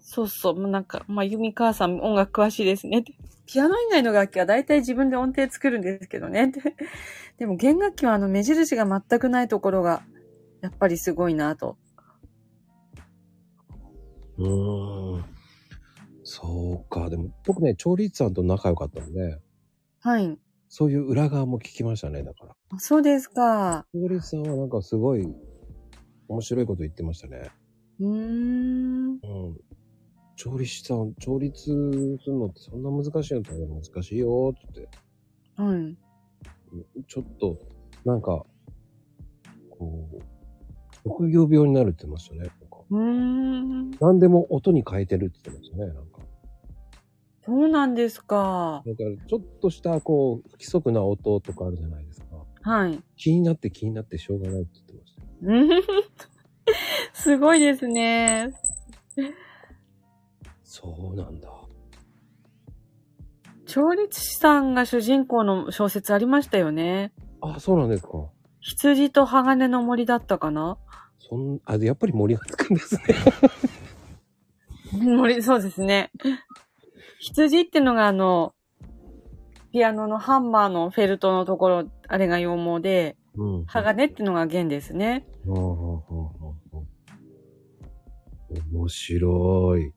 S2: そうそう、もうなんか、まあ、ユミ母さん音楽詳しいですねって。ピアノ以外の楽器は大体自分で音程作るんですけどねって。 でも弦楽器はあの目印が全くないところが、やっぱりすごいなと。
S1: うーん。そうか。でも僕ね、調律師さんと仲良かったんで、
S2: はい。
S1: そういう裏側も聞きましたね、だから。
S2: そうですか。
S1: 調律師さんはなんかすごい面白いこと言ってましたね。
S2: うーん。
S1: うん。調理師さん、調律するのってそんな難しいのって難しいよ、つって。
S2: はい。
S1: ちょっと、なんか、こう、職業病になるって言ってましたね。なんか
S2: うーん。
S1: 何でも音に変えてるって言ってましたね。なんか。
S2: そうなんですか。
S1: だから、ちょっとした、こう、不規則な音とかあるじゃないですか。
S2: はい。
S1: 気になって気になってしょうがないって言ってましたよ。
S2: うんすごいですね。
S1: そうなんだ。
S2: 調律師さんが主人公の小説ありましたよね。
S1: あ、そうなんですか。
S2: 羊と鋼の森だったかな
S1: そん、あ、でやっぱり森がつくんですね。
S2: 森、そうですね。羊ってのがあの、ピアノのハンマーのフェルトのところ、あれが羊毛で、
S1: うん。
S2: 鋼ってのが弦ですね。
S1: うんうんうんうん面白い。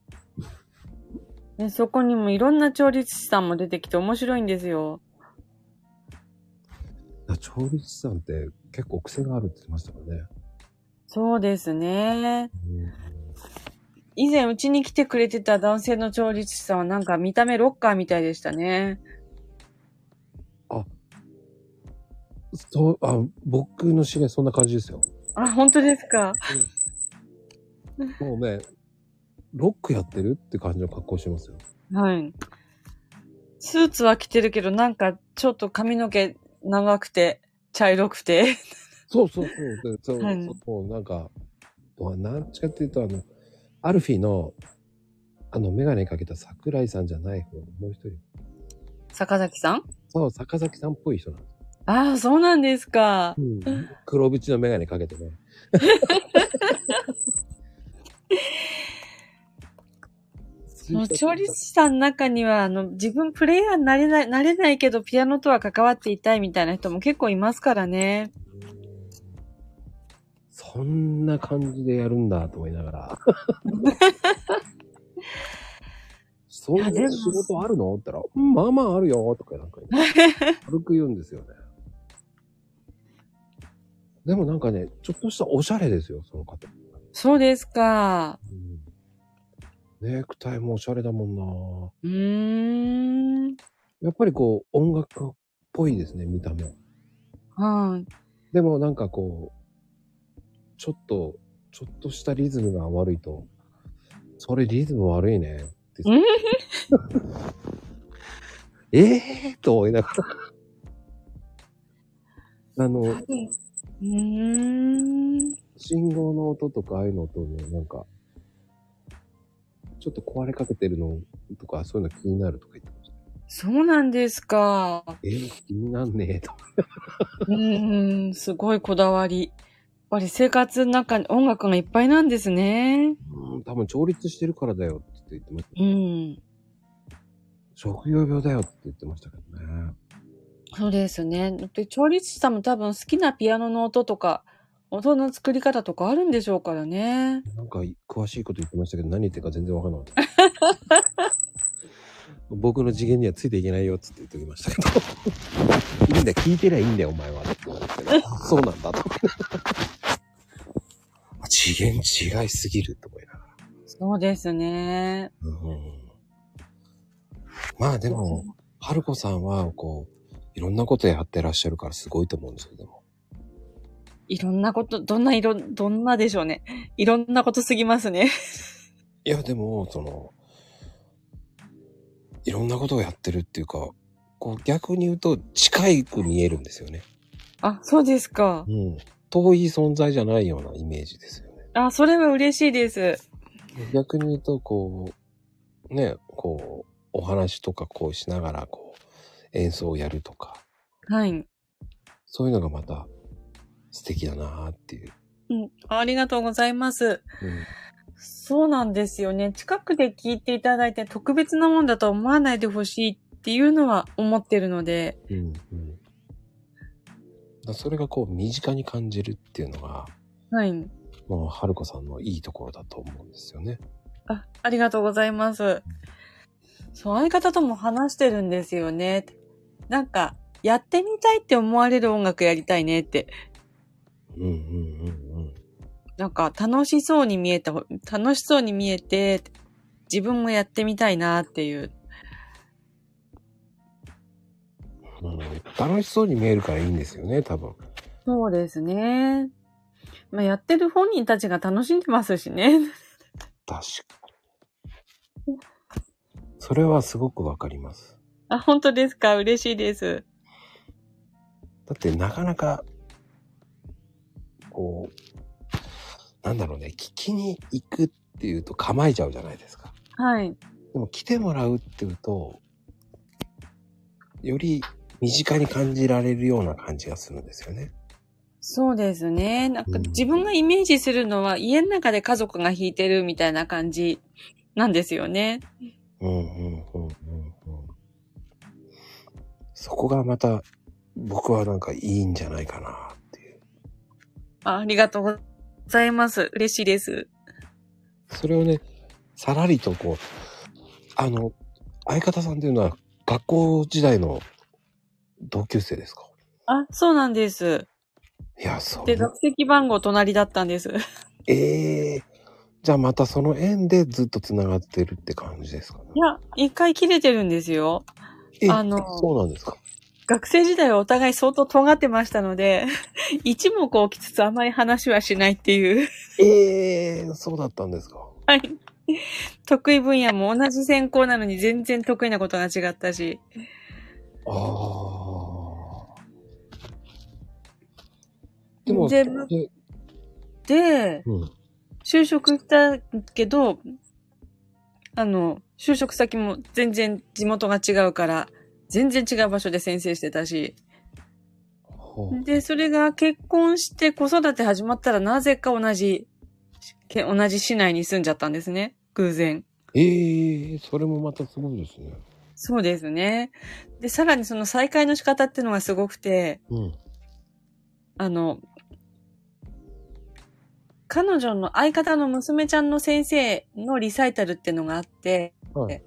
S2: でそこにもいろんな調律師さんも出てきて面白いんですよ。
S1: あ調理師さんって結構癖があるって言ってましたからね。
S2: そうですね。以前うちに来てくれてた男性の調律師さんはなんか見た目ロッカーみたいでしたね。
S1: そう、あ、僕の知り合いそんな感じですよ。
S2: あ、本当ですか。
S1: もうね、ロックやってるって感じの格好してますよ。
S2: はい。スーツは着てるけどなんかちょっと髪の毛長くて、茶色くて。
S1: そうそうそう。でそう、
S2: はい
S1: そうそう、なんか、どうなんちかっていうと、あの、アルフィーの、あの、メガネかけた桜井さんじゃない方、もう一人。
S2: 坂崎さん
S1: そう、坂崎さんっぽい人なんです。
S2: ああ、そうなんですか。
S1: うん、黒縁のメガネかけてね。
S2: もう調理師さんの中には、あの、自分プレイヤーになれない、なれないけどピアノとは関わっていたいみたいな人も結構いますからね。
S1: そんな感じでやるんだと思いながら。そんな仕事あるのって言ったら、うんまあまああるよとかなんか言って軽く言うんですよね。でもなんかね、ちょっとしたおしゃれですよ、その方。
S2: そうですか。
S1: うんネクタイもおしゃれだもんな
S2: うーん。
S1: やっぱりこう、音楽家っぽいですね、見た目。
S2: はい。
S1: でもなんかこう、ちょっと、ちょっとしたリズムが悪いと、それリズム悪いねって
S2: うん。
S1: え えー、と思いながら。あの、
S2: うーん。
S1: 信号の音とかああいうのとね、なんか、ちょっと壊れかけてるのとか、そういうの気になるとか言ってました。
S2: そうなんですか。
S1: えー、気になんねえと。
S2: うーん、すごいこだわり。やっぱり生活の中に音楽がいっぱいなんですね。
S1: うん、多分調律してるからだよって言ってました。
S2: うん。
S1: 職業病だよって言ってましたけどね。
S2: そうですね。で、調律師さんも多分好きなピアノの音とか、音の作り方とかあるんでしょうからね。
S1: なんか詳しいこと言ってましたけど何言ってるか全然わかんなかった。 僕の次元にはついていけないよっつって言っておきましたけど。いいんだよ、聞いてりゃいいんだよ、お前は。って言われてあそうなんだ、と。 次元違いすぎる、と思いながら。
S2: そうですね。
S1: うんまあでも、春子さんは、こう、いろんなことやってらっしゃるからすごいと思うんですけども。
S2: いろんなこと、どんな色、どんなでしょうね。いろんなことすぎますね。
S1: いや、でも、その、いろんなことをやってるっていうか、こう逆に言うと近く見えるんですよね。
S2: あ、そうですか。
S1: うん。遠い存在じゃないようなイメージですよね。
S2: あ、それは嬉しいです。
S1: 逆に言うと、こう、ね、こう、お話とかこうしながら、こう、演奏をやるとか、
S2: はい。
S1: そういうのがまた素敵だなーっていう。
S2: うん。ありがとうございます。そうなんですよね。近くで聞いていただいて特別なもんだと思わないでほしいっていうのは思ってるので。
S1: うん。うん。うん。だそれがこう、身近に感じるっていうのが、
S2: はい。
S1: もう、春子さんのいいところだと思うんですよね。
S2: あ、ありがとうございます。そう、相方とも話してるんですよね。なんか、やってみたいって思われる音楽やりたいねって。
S1: うんうんうんうん。
S2: なんか、楽しそうに見えた、楽しそうに見えて、自分もやってみたいなっていう。
S1: うん、楽しそうに見えるからいいんですよね、多分。
S2: そうですね。まあ、やってる本人たちが楽しんでますしね。
S1: 確かに。それはすごくわかります。
S2: あ、本当ですか嬉しいです。
S1: だってなかなか、こう、なんだろうね、聞きに行くっていうと構えちゃうじゃないですか。
S2: はい。
S1: でも来てもらうっていうと、より身近に感じられるような感じがするんですよね。
S2: そうですね。なん
S1: う
S2: か
S1: ん
S2: 自分がイメージするのは家の中で家族が弾いてるみたいな感じなんですよね。
S1: うんうんうんうんうん。そこがまた僕はなんかいいんじゃないかなっていう。
S2: あありがとうございます。嬉しいです。
S1: それをね、さらりとこう、あの、相方さんっていうのは学校時代の同級生ですか
S2: あ、そうなんです。
S1: いや、そう
S2: で、。学籍番号隣だったんです。
S1: ええじゃあまたその縁でずっと繋がってるって感じですかね。
S2: いや、一回切れてるんですよ。
S1: え
S2: あの
S1: そうなんですか。
S2: 学生時代はお互い相当尖ってましたので、一目置きつつあまり話はしないっていう。
S1: ええそうだったんですか。
S2: はい。得意分野も同じ専攻なのに全然得意なことが違ったし。
S1: ああ。でも、
S2: でむ
S1: え
S2: で、
S1: うん。
S2: 就職したけど、あの、就職先も全然地元が違うから、全然違う場所で先生してたし。
S1: ほう
S2: で、それが結婚して子育て始まったらなぜか同じ、け同じ市内に住んじゃったんですね。偶然。
S1: ええそれもまたすごいですね。
S2: そうですね。で、さらにその再会の仕方っていうのがすごくて、
S1: うん。
S2: あの、彼女の相方の娘ちゃんの先生のリサイタルっていうのがあって、
S1: はい。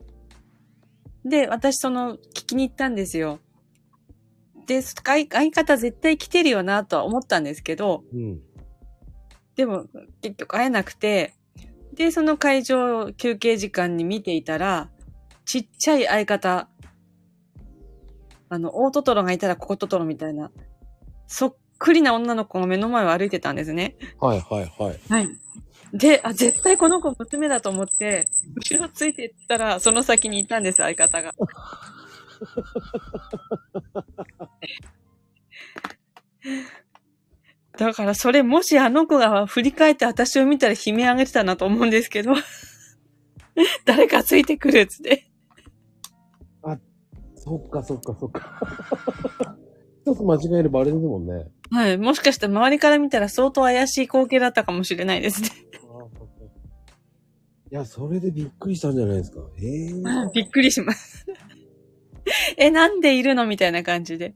S2: で、私その聞きに行ったんですよ。で、相相方絶対来てるよなとは思ったんですけど、
S1: うん。
S2: でも結局会えなくて、で、その会場を休憩時間に見ていたら、ちっちゃい相方、あの、大トトロがいたらここトトロみたいな、そっくりな女の子が目の前を歩いてたんですね。
S1: はいはいはい。
S2: はい。で、あ、絶対この子娘だと思って、後ろついてったら、その先にいたんです、相方が。 だから、それ、もしあの子が振り返って私を見たら悲鳴あげてたなと思うんですけど、 誰かついてくるっつって。
S1: そっかそっかそっか。 一つ間違えればあれですもんね。
S2: はい。もしかして周りから見たら相当怪しい光景だったかもしれないですね。
S1: いや、それでびっくりしたんじゃないですか。ええ
S2: びっくりします。 え、なんでいるのみたいな感じで。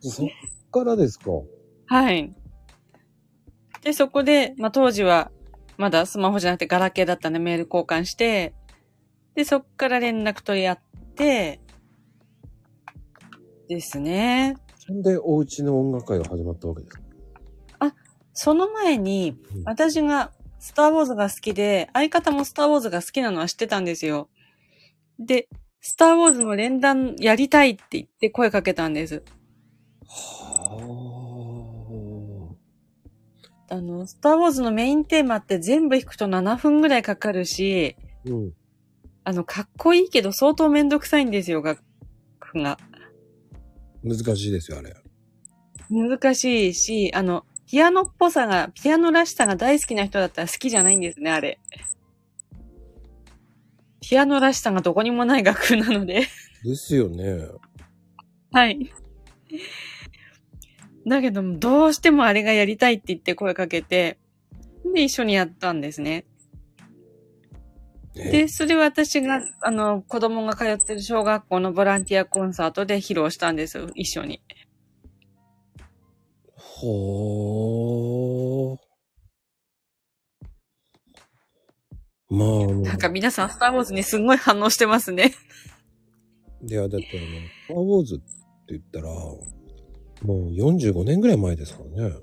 S1: そっからですか。
S2: はい。で、そこで、まあ、当時は、まだスマホじゃなくてガラケーだったんでメール交換して、で、そっから連絡取り合って、ですね。
S1: それでお家の音楽会が始まったわけですか。
S2: その前に
S1: うん、
S2: 私がスターウォーズが好きで、相方もスターウォーズが好きなのは知ってたんですよ。で、スターウォーズの連弾やりたいって言って声かけたんです。
S1: は
S2: あの、スターウォーズのメインテーマって全部弾くと7分ぐらいかかるし、
S1: あ。うん。
S2: あの、かっこいいけど相当めんどくさいんですよ、楽譜が。
S1: 難しいですよ、あれ。
S2: 難しいし、あの、ピアノっぽさが、ピアノらしさが大好きな人だったら好きじゃないんですね、あれ。ピアノらしさがどこにもない楽譜なので。
S1: ですよね。
S2: はい。だけど、どうしてもあれがやりたいって言って声かけて、で、一緒にやったんですね。
S1: ね
S2: で、それは私が、あの、子供が通ってる小学校のボランティアコンサートで披露したんです、一緒に。
S1: ほー。まああの、
S2: なんか皆さん、スター・ウォーズにすごい反応してますね。
S1: いや、だってあの、スター・ウォーズって言ったら、もう45年ぐらい前ですからね。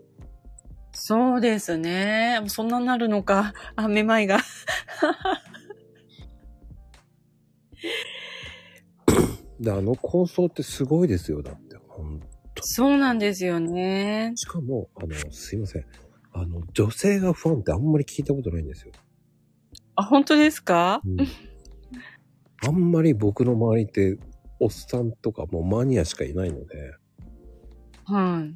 S2: そうですね。そんななるのか。あ、めまいが。
S1: で、あの構想ってすごいですよ、だって。ほん
S2: そうなんですよね。
S1: しかも、あの、すいません。あの、女性がファンってあんまり聞いたことないん ですよ。
S2: あ、本当ですか
S1: うん、あんまり僕の周りって、おっさんとかもうマニアしかいないので、
S2: はい。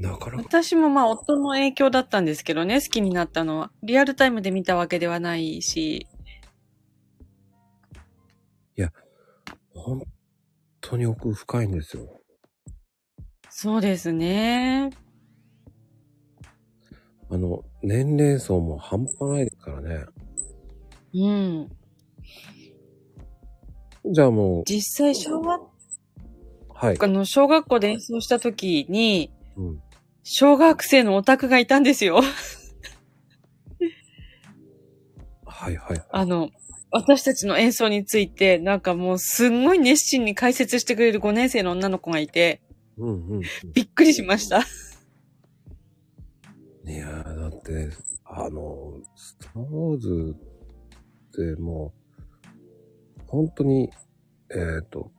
S1: なかなか、
S2: 私もまあ夫の影響だったんですけどね、好きになったのは。リアルタイムで見たわけではないし。
S1: 本当に奥深いんですよ。
S2: そうですね。
S1: あの、年齢層も半端ないですからね。
S2: うん。
S1: じゃあも
S2: 実際小学
S1: う、はい。
S2: あの小学校で演奏した時に、
S1: うん、
S2: 小学生のオタクがいたんですよ。
S1: はいはい。
S2: あの、私たちの演奏について、なんかもうすんごい熱心に解説してくれる5年生の女の子がいて、
S1: うんうんうん。
S2: びっくりしました。
S1: いやー、だって、あの、スター・ウォーズってもう、本当に、えっ、と、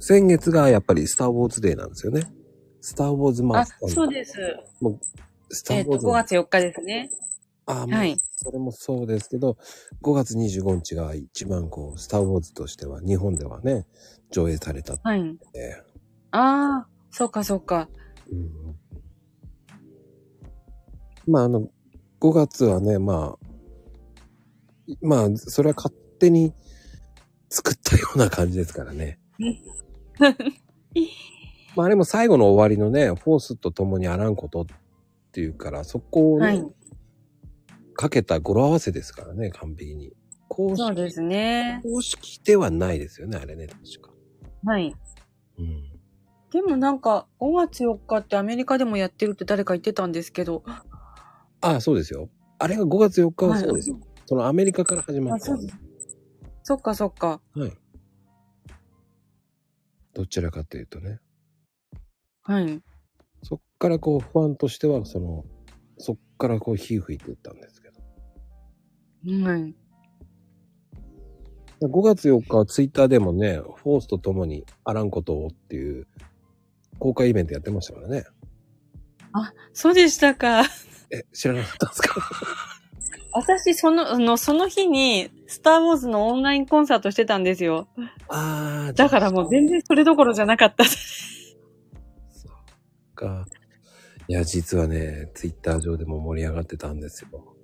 S1: 先月がやっぱりスター・ウォーズデーなんですよね。スター・ウォーズマ
S2: あ
S1: ースタ、ー
S2: そうです。
S1: す。スタ
S2: え
S1: ー・
S2: っ、
S1: ウォー
S2: と、
S1: ズ
S2: 5
S1: の、
S2: 月4日ですね。
S1: あー、
S2: は
S1: はいい、それもそうですけど、5月25日が一番こう、スター・ウォーズとしては、日本ではね、上映されたっ
S2: はい。
S1: て、
S2: ああ、そうかそうか。
S1: うんまああの、5月はね、まあ、いまあ、それは勝手に作ったような感じですからね。まああれも最後の終わりのね、フォースと共にあらんことっていうから、そこをね、
S2: はい。
S1: かけた語呂合わせですからね、完璧に。公
S2: そう
S1: 式
S2: ですね。
S1: 公式ではないですよね、あれね、確か。
S2: はい。
S1: うん。
S2: でもなんか、5月4日ってアメリカでもやってるって誰か言ってたんですけど。あ、
S1: ああ、そうですよ。あれが5月4日はそうですよ。
S2: よ。
S1: そのアメリカから始ま
S2: あ、
S1: っ
S2: そ
S1: た
S2: う。そっかそっか。
S1: はい。どちらかというとね。
S2: はい。
S1: そっからこう、ファンとしては、その、そっからこう、火吹いていったんですけ
S2: はい。
S1: ど。5月4日はツイッターでもね、フォースと共にあらんことをっていう公開イベントやってましたからね。
S2: そうでした か。
S1: え、知らなかったんです か
S2: 私、その、あの、その日に、スターウォーズのオンラインコンサートしてたんですよ。
S1: あー、
S2: だからもう全然それどころじゃなかった。
S1: そっか。いや、実はね、ツイッター上でも盛り上がってたんですよ。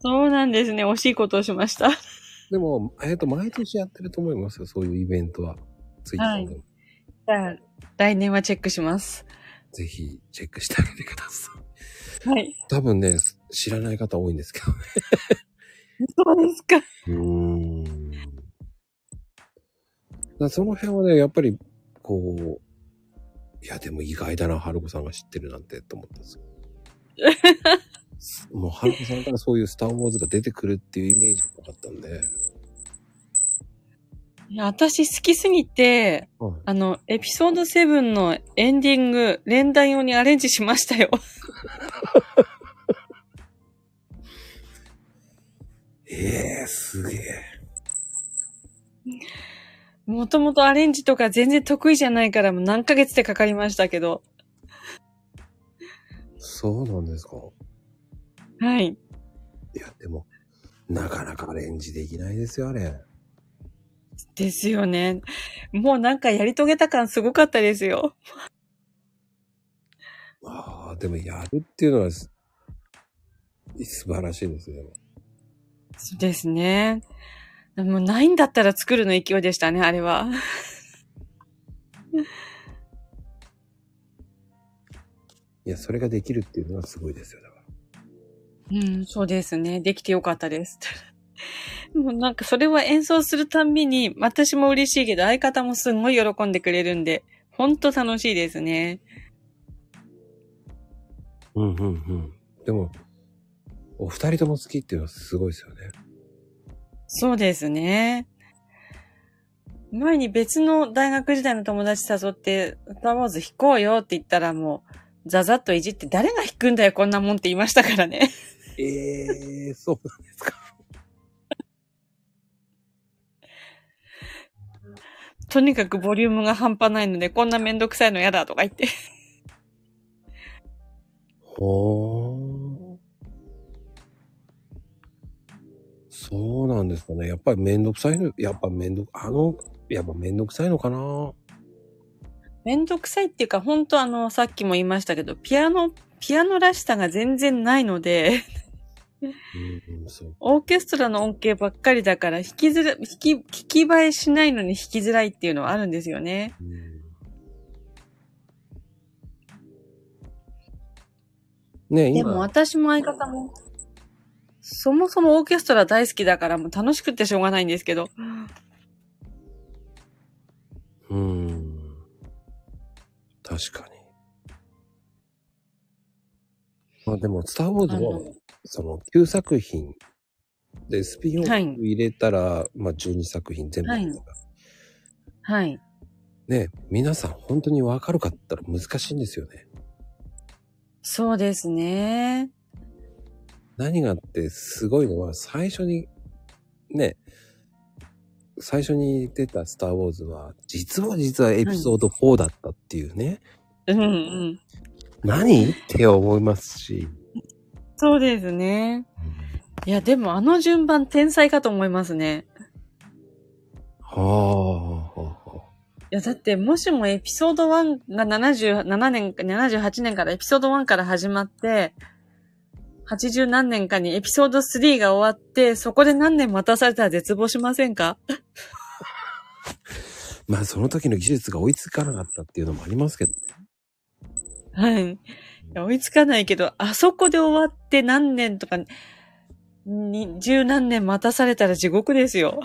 S2: そうなんですね。惜しいことをしました。
S1: でも、えっ、と、毎年やってると思いますよ、そういうイベントは。ツイッターでも。
S2: じゃあ、来年はチェックします。
S1: ぜひ、チェックしてあげてください。
S2: はい。
S1: 多分ね、す知らない方多いんですけどね。
S2: そうですか。
S1: うん。その辺はね、やっぱり、こう、いや、でも意外だな、春子さんが知ってるなんて、と思ったん ですよ。もう、春子さんからそういうスター・ウォーズが出てくるっていうイメージがなかったんで。
S2: いや、私好きすぎて、
S1: はい
S2: あの、エピソード7のエンディング、連弾用にアレンジしましたよ。
S1: ええすげえ。
S2: もともとアレンジとか全然得意じゃないから、もう何ヶ月でかかりましたけど。
S1: そうなんですか。
S2: はい。
S1: いや、でも、なかなかアレンジできないですよ、あれ。
S2: ですよね。もうなんかやり遂げた感すごかったですよ。
S1: ああ、でもやるっていうのはす、素晴らしいですね。
S2: そうですね。もうないんだったら作るの勢いでしたね、あれは。
S1: いや、それができるっていうのはすごいですよ、だから。
S2: うん、そうですね。できてよかったです。 もうなんかそれは演奏するたんびに、私も嬉しいけど、相方もすんごい喜んでくれるんで、ほんと楽しいですね。
S1: うんうんうん。でも、お二人とも好きっていうのはすごいですよね。
S2: そうですね。前に別の大学時代の友達誘って、スターウォーズ弾こうよって言ったらもう、ザザッといじって、誰が弾くんだよ、こんなもんって言いましたからね。
S1: ええそうなんですか。
S2: とにかくボリュームが半端ないので、こんなめんどくさいのやだとか言って。
S1: ほー。そうなんですかね。やっぱりめんどくさいの、やっぱめんど、あの、やっぱめんどくさいのかな
S2: めんどくさいっていうか、ほんとあの、さっきも言いましたけど、ピアノ、ピアノらしさが全然ないので、
S1: うん、うん、そう。
S2: オーケストラの音程ばっかりだから、弾きづら、弾き、聞き映えしないのに弾きづらいっていうのはあるんですよね。
S1: うんねえ、
S2: でも
S1: 今、
S2: 私も相方も、そもそもオーケストラ大好きだからもう楽しくてしょうがないんですけど、
S1: うん。確かに。まあでも、スター・ウォーズ
S2: あ
S1: は
S2: の、
S1: その9作品でスピンオフ
S2: はい
S1: 入れたら、まあ12作品全部
S2: はい
S1: ですから
S2: はい。
S1: ねえ、皆さん本当にわかるかって言ったら難しいんですよね。
S2: そうですね。
S1: 何があってすごいのは最初に、ね、最初に出たスターウォーズは、実は実はエピソード4だったっていうね、
S2: うんうん。
S1: 何って思いますし、
S2: そうですね。いや、でもあの順番天才かと思いますね。
S1: はあ、はあはい
S2: や、だってもしもエピソード1が77年か、78年からエピソード1から始まって、80何年かにエピソード3が終わって、そこで何年待たされたら絶望しませんか
S1: あまあその時の技術が追いつかなかったっていうのもありますけどね。
S2: はい。いや追いつかないけど、あそこで終わって何年とか、に十何年待たされたら地獄ですよ。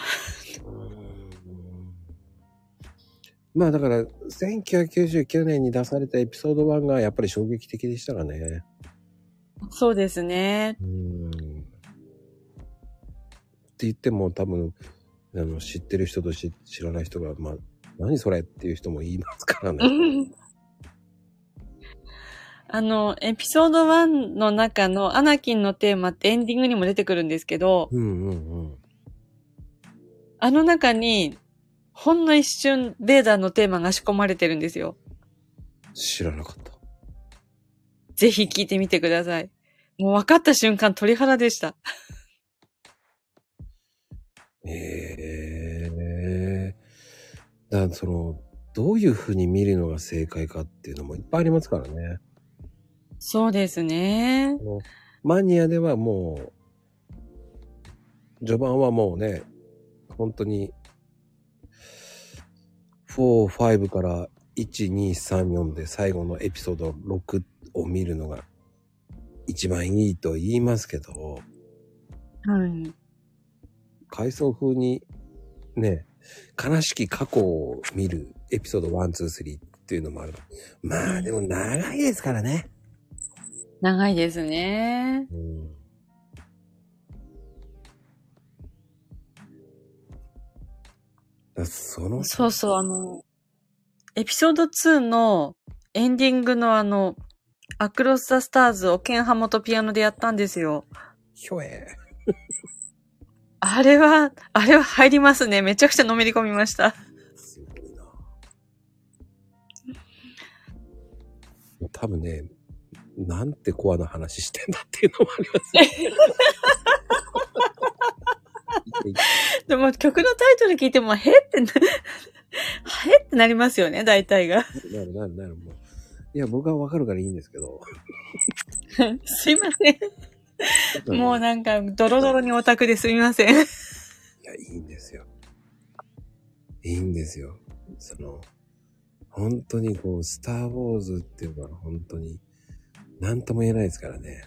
S1: まあだから、1999年に出されたエピソード1がやっぱり衝撃的でしたかね。
S2: そうですね。
S1: うん。って言っても多分、あの、知ってる人とし知らない人が、まあ、何それっていう人も言いますからね。
S2: あの、エピソード1の中のアナキンのテーマってエンディングにも出てくるんですけど、
S1: うんうんうん。
S2: あの中に、ほんの一瞬、ベーダーのテーマが仕込まれてるんですよ。
S1: 知らなかった。
S2: ぜひ聞いてみてください。もう分かった瞬間鳥肌でした。
S1: ええだからその、どういうふうに見るのが正解かっていうのもいっぱいありますからね。
S2: そうですね。
S1: このマニアではもう、序盤はもうね、本当に、4、5から1、2、3、4で最後のエピソード6を見るのが一番いいと言いますけど、
S2: はい。
S1: 回想風にね、悲しき過去を見るエピソード1、2、3っていうのもある。まあでも長いですからね。
S2: 長いですね。
S1: うんだその、
S2: そうそう、あの、エピソード2のエンディングのあの、アクロス・ザ・スターズをケンハモとピアノでやったんですよ。
S1: ひょえ。
S2: あれは、あれは入りますね。めちゃくちゃのめり込みました。
S1: すごいな。多分ね、なんてコアな話してんだっていうのもありますよ
S2: でも曲のタイトル聞いても、へってな、 へってなりますよね、大体が。
S1: なるなるなる、もう。いや、僕はわかるからいいんですけど。
S2: すいません。もうなんか、ドロドロにオタクですみません。
S1: い や、いいんですよ。いいんですよ。その、本当にこう、スター・ウォーズっていうのは本当に、なんとも言えないですからね。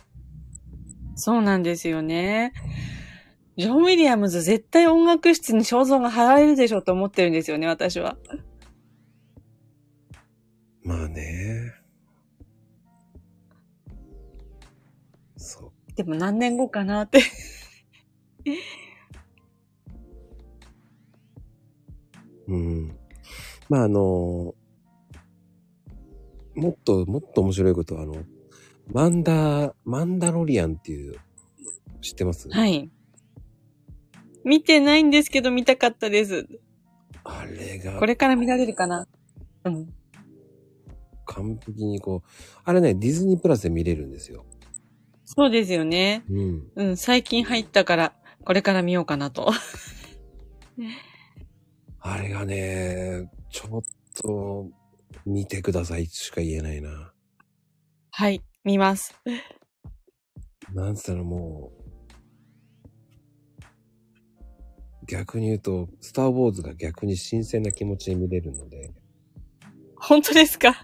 S2: そうなんですよね。ジョン・ウィリアムズ絶対音楽室に肖像が貼られるでしょうと思ってるんですよね、私は。
S1: まあね。そ
S2: でも何年後かなって。
S1: う。うん。まああの、もっと、もっと面白いことは、あの、マンダ、マンダロリアンっていう、知ってます
S2: はい。見てないんですけど見たかったです。
S1: あれが
S2: これから見られるかなうん。
S1: 完璧にこう、あれね、ディズニープラスで見れるんですよ。
S2: そうですよね。
S1: うん。
S2: うん、最近入ったから、これから見ようかなと。
S1: あれがね、ちょっと、見てくださいしか言えないな。
S2: はい、見ます。
S1: なんつったらもう、逆に言うと、スター・ウォーズが逆に新鮮な気持ちで見れるので、
S2: 本当ですか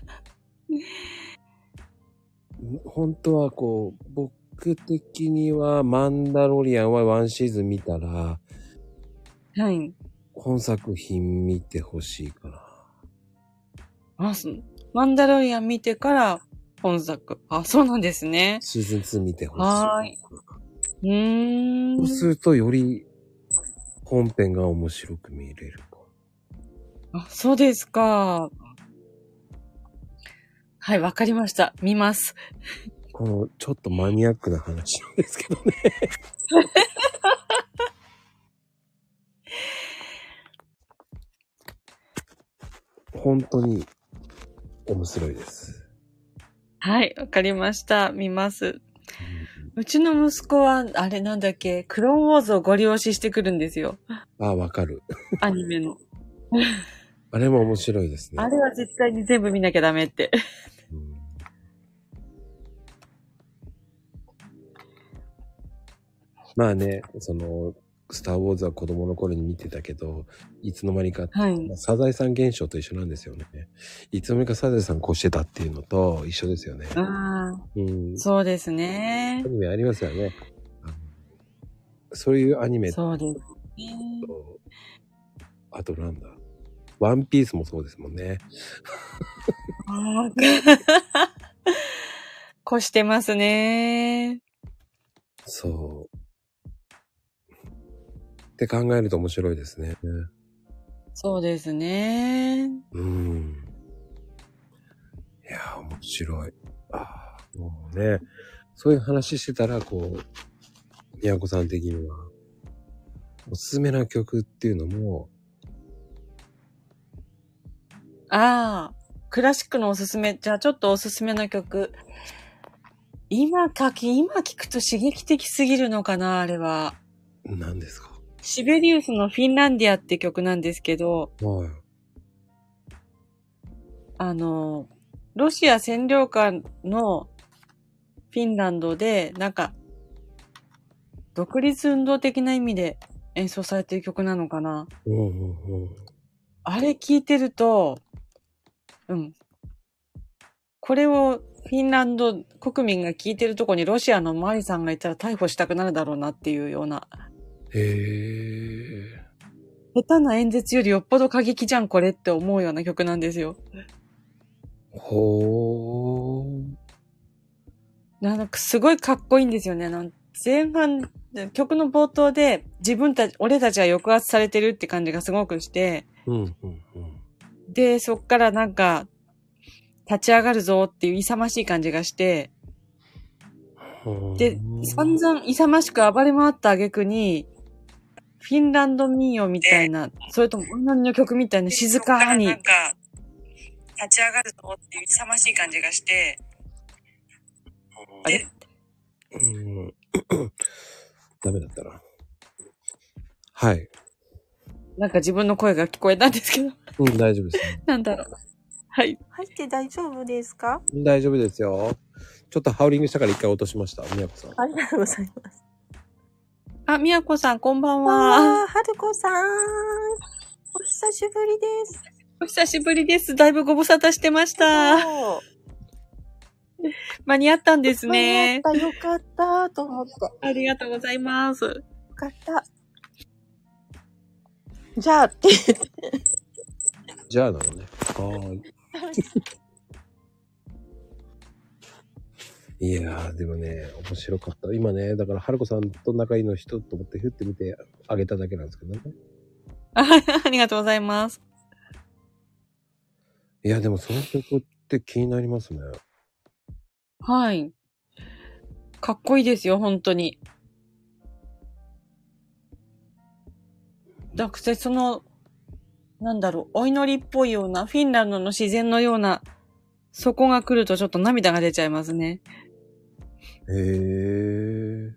S1: 本当はこう、僕的には、マンダロリアンはワンシーズン見たら、
S2: はい。
S1: 本作品見てほしいかな。
S2: あ、そマンダロリアン見てから本作。あ、そうなんですね。
S1: シーズン2見てほしい。
S2: はーい。うー
S1: そ
S2: ん
S1: う。すると、より、本編が面白く見れるか。
S2: あ、そうですか。はい、わかりました。見ます。
S1: この、ちょっとマニアックな話なんですけどね。本当に面白いです。
S2: はい、わかりました。見ます。うちの息子は、あれなんだっけ、クローンウォーズをご利用ししてくるんですよ。
S1: あ、わかる。
S2: アニ メの。
S1: あれも面白いですね
S2: あ。れは絶対に全部見なきゃダメって。
S1: うんまあね、その、スター・ウォーズは子供の頃に見てたけど、いつの間にか
S2: はい。
S1: サザエさん現象と一緒なんですよね。いつの間にかサザエさんこうしてたっていうのと一緒ですよね。
S2: ああ、
S1: うん。
S2: そうですね
S1: ア。ニメありますよね。あのそういうアニメと、
S2: そうですね。
S1: あとなんだ。ワンピースもそうですもんね。
S2: ああ、こしてますね。
S1: そう。って考えると面白いですね。
S2: そうですね。
S1: うん。いやー、面白い。ああ、もうね、そういう話してたら、こう、宮子さん的には、おすすめな曲っていうのも、
S2: ああ、クラシックのおすすめ。じゃあちょっとおすすめの曲。今書き、今聞くと刺激的すぎるのかな、あれは。
S1: 何ですか
S2: シベリウスのフィンランディアって曲なんですけど、
S1: はい。
S2: あの、ロシア占領下のフィンランドで、なんか、独立運動的な意味で演奏されてる曲なのかな。
S1: うんうんうん。
S2: あれ聞いてると、うん。これをフィンランド国民が聞いてるとこにロシアのマリさんがいたら逮捕したくなるだろうなっていうような。
S1: へえ。
S2: 下手な演説よりよっぽど過激じゃんこれって思うような曲なんですよ。
S1: ほー。
S2: なんかすごいかっこいいんですよね。なん前半、曲の冒頭で自分たち、俺たちは抑圧されてるって感じがすごくして、
S1: うんうんうん。
S2: で、そっからなんか、立ち上がるぞっていう勇ましい感じがして、
S1: ほー
S2: で、散々勇ましく暴れ回った挙句に、フィンランド民謡みたいな、それとも女の曲みたいな静かに、
S3: か、立ち上がるぞっていう勇ましい感じがして、
S2: あれ
S1: うんダメだったな。はい。
S2: なんか自分の声が聞こえたんですけど、
S1: うん、大丈夫です。
S2: なんだろう。はい。
S4: 入って大丈夫ですか
S1: 大丈夫ですよ。ちょっとハウリングしたから一回落としました。みやこさん。
S4: ありがとうございます。
S2: あ、みやこさん、こんばんは。
S4: わあ、はるこさん。お久しぶりです。
S2: お久しぶりです。だいぶご無沙汰してました。
S4: そう
S2: 間に合ったんですね。
S4: 間に合った、よかった、と思って。よ
S2: ありがとうございます。
S4: かった。じゃあって言って。
S1: じゃあなのね。はーい。いやー、でもね、面白かった。今ね、だから、はるこさんと仲いいの人と思って、ふって見てあげただけなんですけどね。
S2: あ ありがとうございます。
S1: いや、でもその曲って気になりますね。
S2: はい。かっこいいですよ、本当に。だってその、なんだろう、お祈りっぽいような、フィンランドの自然のような、そこが来るとちょっと涙が出ちゃいますね。
S1: へえ。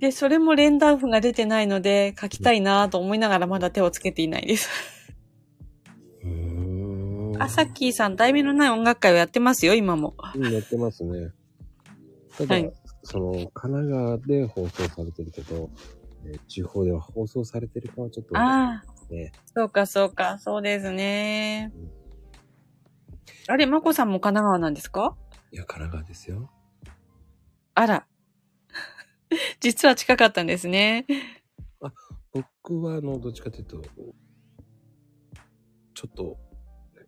S2: で、それもレンダーフが出てないので、書きたいなぁと思いながらまだ手をつけていないです。
S1: うーん
S2: あ、さっきーさん、題名のない音楽会をやってますよ、今も。
S1: うんやってますね。ただ、
S2: はい
S1: その、神奈川で放送されてるけど、えー地方では放送されてるかはちょっとわかんない
S2: ああ、
S1: ですね。
S2: そうか、そうか、そうですね。あれ、まこさんも神奈川なんですか
S1: いや、神奈川ですよ。
S2: あら。 実は近かったんですね。
S1: 僕は、あの、どっちかというと、ちょっと、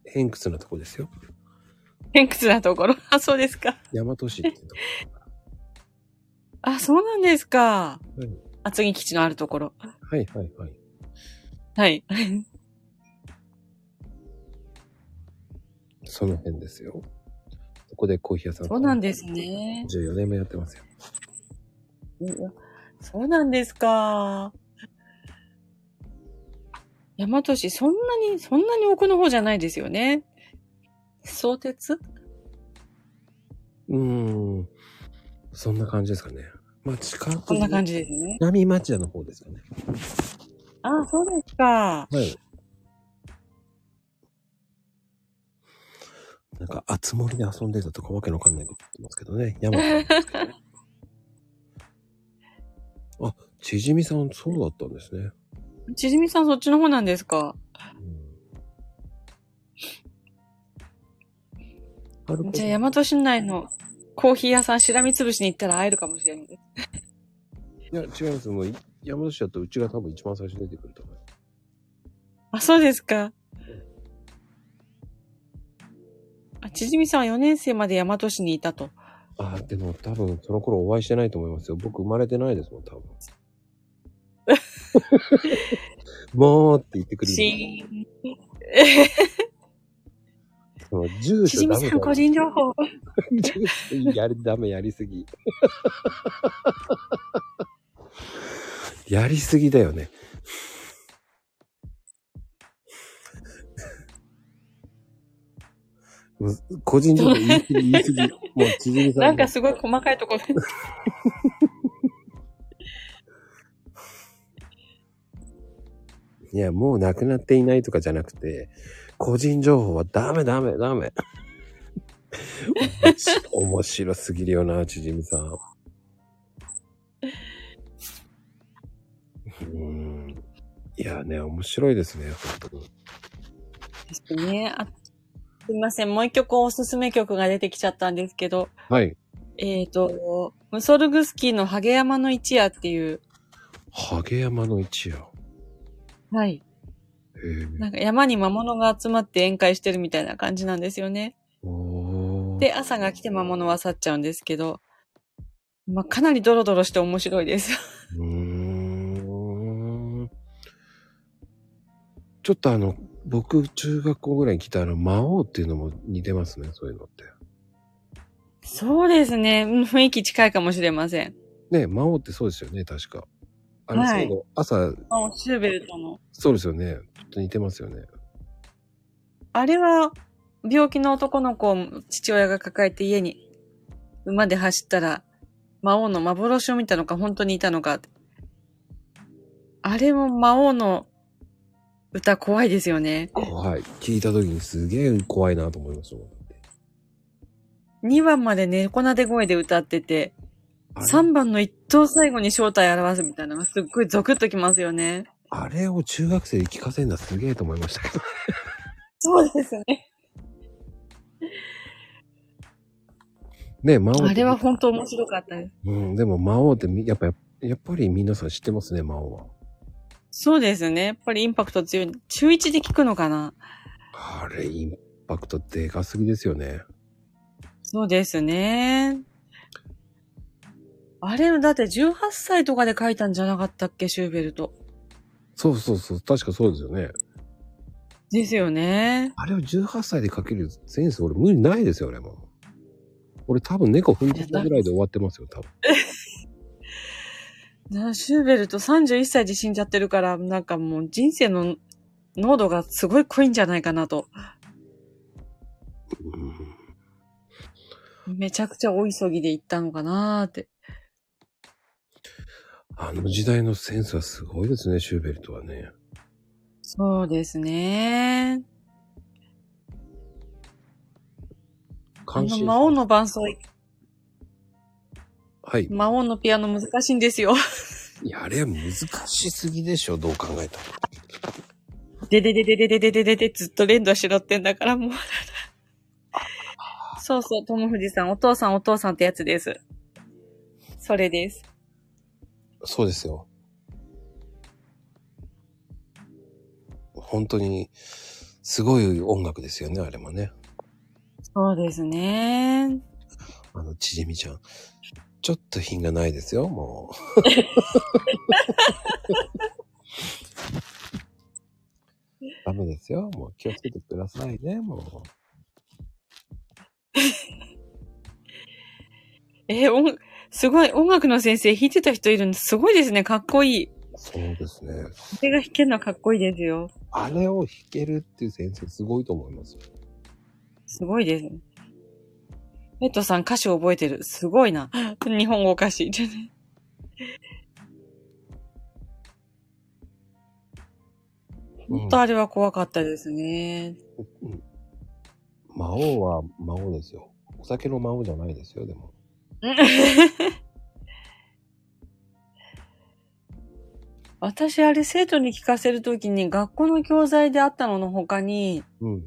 S1: 偏屈なとこですよ。
S2: 偏屈なところ。 あ、そうですか。
S1: 大和市っていうとこ。
S2: あ、そうなんです
S1: は
S2: か。
S1: い
S2: 厚木基地のあるところ。
S1: はいはいはい。
S2: はい。
S1: その辺ですよ。そこでコーヒー屋さん。
S2: そうなんです。ね。
S1: 14年もやってますよ。
S2: そうなんですか。大和市、そんなに、そんなに奥の方じゃないですよね。相鉄
S1: うーん。そんな感じですかね。まあ、近く。
S2: こんな感じですね。
S1: 南町田の方ですかね。
S2: あ、そうです
S1: は
S2: か。
S1: い。なんか、あつ森で遊んでたとかわけのわかんないこと言ってますけどね。山なんですけど ね。あ、ちじみさん、そうだったんですね。
S2: ちじみさんそっちの方なんですか。
S1: はるこ
S2: じゃあ、大和市内のコーヒー屋さんしらみつぶしに行ったら会えるかもしれない。
S1: いや、違います。もう、い山田市だとうちが多分一番最初に出てくると思います。
S2: あ、そうですか。あ、ちじみさんは4年生まで大和市にいたと。
S1: あー、でも多分その頃お会いしてないと思いますよ。僕生まれてないですもん、多 分。もうって言ってくる。
S2: し
S1: その住
S2: ち
S1: 所
S2: じみ
S1: ダメだよ
S2: さん個人情報。
S1: やり、ダメ、やりすぎ。やりすぎだよね。もう個人情報言いすぎ、言 いすぎ。もう、ちじみさん。
S2: なんかすごい細かいところ。
S1: いや、もうなくなっていないとかじゃなくて、個人情報はダメ、ダメ、ダメ。面白面白すぎるよな、ちじみさん。うーん。いやね、面白いですね、本当に。
S2: ですね。あすいません。もう一曲おすすめ曲が出てきちゃったんですけど、
S1: はい。
S2: えっ、と、ムソルグスキーのハゲ山の一夜っていう、
S1: ハゲ山の一夜。へ
S2: はい。
S1: え。
S2: なんか山に魔物が集まって宴会してるみたいな感じなんですよね。
S1: おー
S2: で、朝が来て魔物は去っちゃうんですけど、まあ、かなりドロドロして面白いです。
S1: うーん。ちょっとあの、僕、中学校ぐらいに来たあの、魔王っていうのも似てますね、そういうのって。
S2: そうですね。うん雰囲気近いかもしれません。
S1: ね、魔王ってそうですよね、確か。あれ、
S2: はい
S1: そうだ朝、
S2: あシューベルトの。
S1: そうですよね。ちょっと似てますよね。
S2: あれは、病気の男の子を父親が抱えて家に、馬で走ったら、魔王の幻を見たのか、本当にいたのか。あれも魔王の歌怖いですよね。
S1: 怖い。聞いた時にすげえ怖いなと思いましたもん。
S2: 2番まで猫なで声で歌ってて、
S1: あれ
S2: 3番の一等最後に正体表すみたいなのがすっごいゾクッときますよね。
S1: あれを中学生に聞かせるのはすげえと思いましたけ ど。
S2: そうですね。
S1: ね、魔王って。
S2: あれは本当面白かったです。
S1: うん、でも魔王ってみやっぱ、やっぱり皆さん知ってますね、魔王は。
S2: そうですね。やっぱりインパクト強い。中1で聞くのかな
S1: あれ、インパクトでかすぎですよね。
S2: そうですね。あれ、だって18歳とかで書いたんじゃなかったっけ、シューベルト。
S1: そうそうそう、確かそうですよね。
S2: ですよね。
S1: あれを18歳で書けるセンス、俺無理ないですよ、俺もう。俺多分猫踏んでたぐらいで終わってますよ、多分。
S2: なシューベルト31歳で死んじゃってるから、なんかもう人生の濃度がすごい濃いんじゃないかなと。
S1: うん
S2: めちゃくちゃお急ぎで行ったのかなーって。
S1: あの時代のセンスはすごいですね、シューベルトはね。
S2: そうですね。あ
S1: 関
S2: の、
S1: 心。
S2: 魔王の伴奏、
S1: はい。
S2: 魔王のピアノ難しいんですよ。
S1: いや、あれは難しすぎでしょ、どう考えたら。
S2: ででででででででででずっと連打しろってんだからもう。そうそう、友藤さん、お父さんお父さんってやつです。それです。
S1: そうですよ。本当に、すごい音楽ですよね、あれもね。
S2: そうですね。
S1: あの、ちじみちゃん。ちょっと品がないですよ、もう。 ダメですよ。もう気をつけてくださいね、も
S2: えー音、すごい、音楽の先生弾いてた人いるんです。すごいですね。かっこいい。
S1: う。そうですね。
S2: 手が弾けるのはかっこいいですよ。
S1: あれを弾けるっていう先生、すごいと思いますよ。
S2: すごいですね。ペットさん歌詞覚えてる。すごいな。日本語歌詞。本当あれは怖かったですね。
S1: うん魔王は魔王ですよ。お酒の魔王じゃないですよ、でも。
S2: 私、あれ、生徒に聞かせるときに、学校の教材であったのの他に、
S1: うん。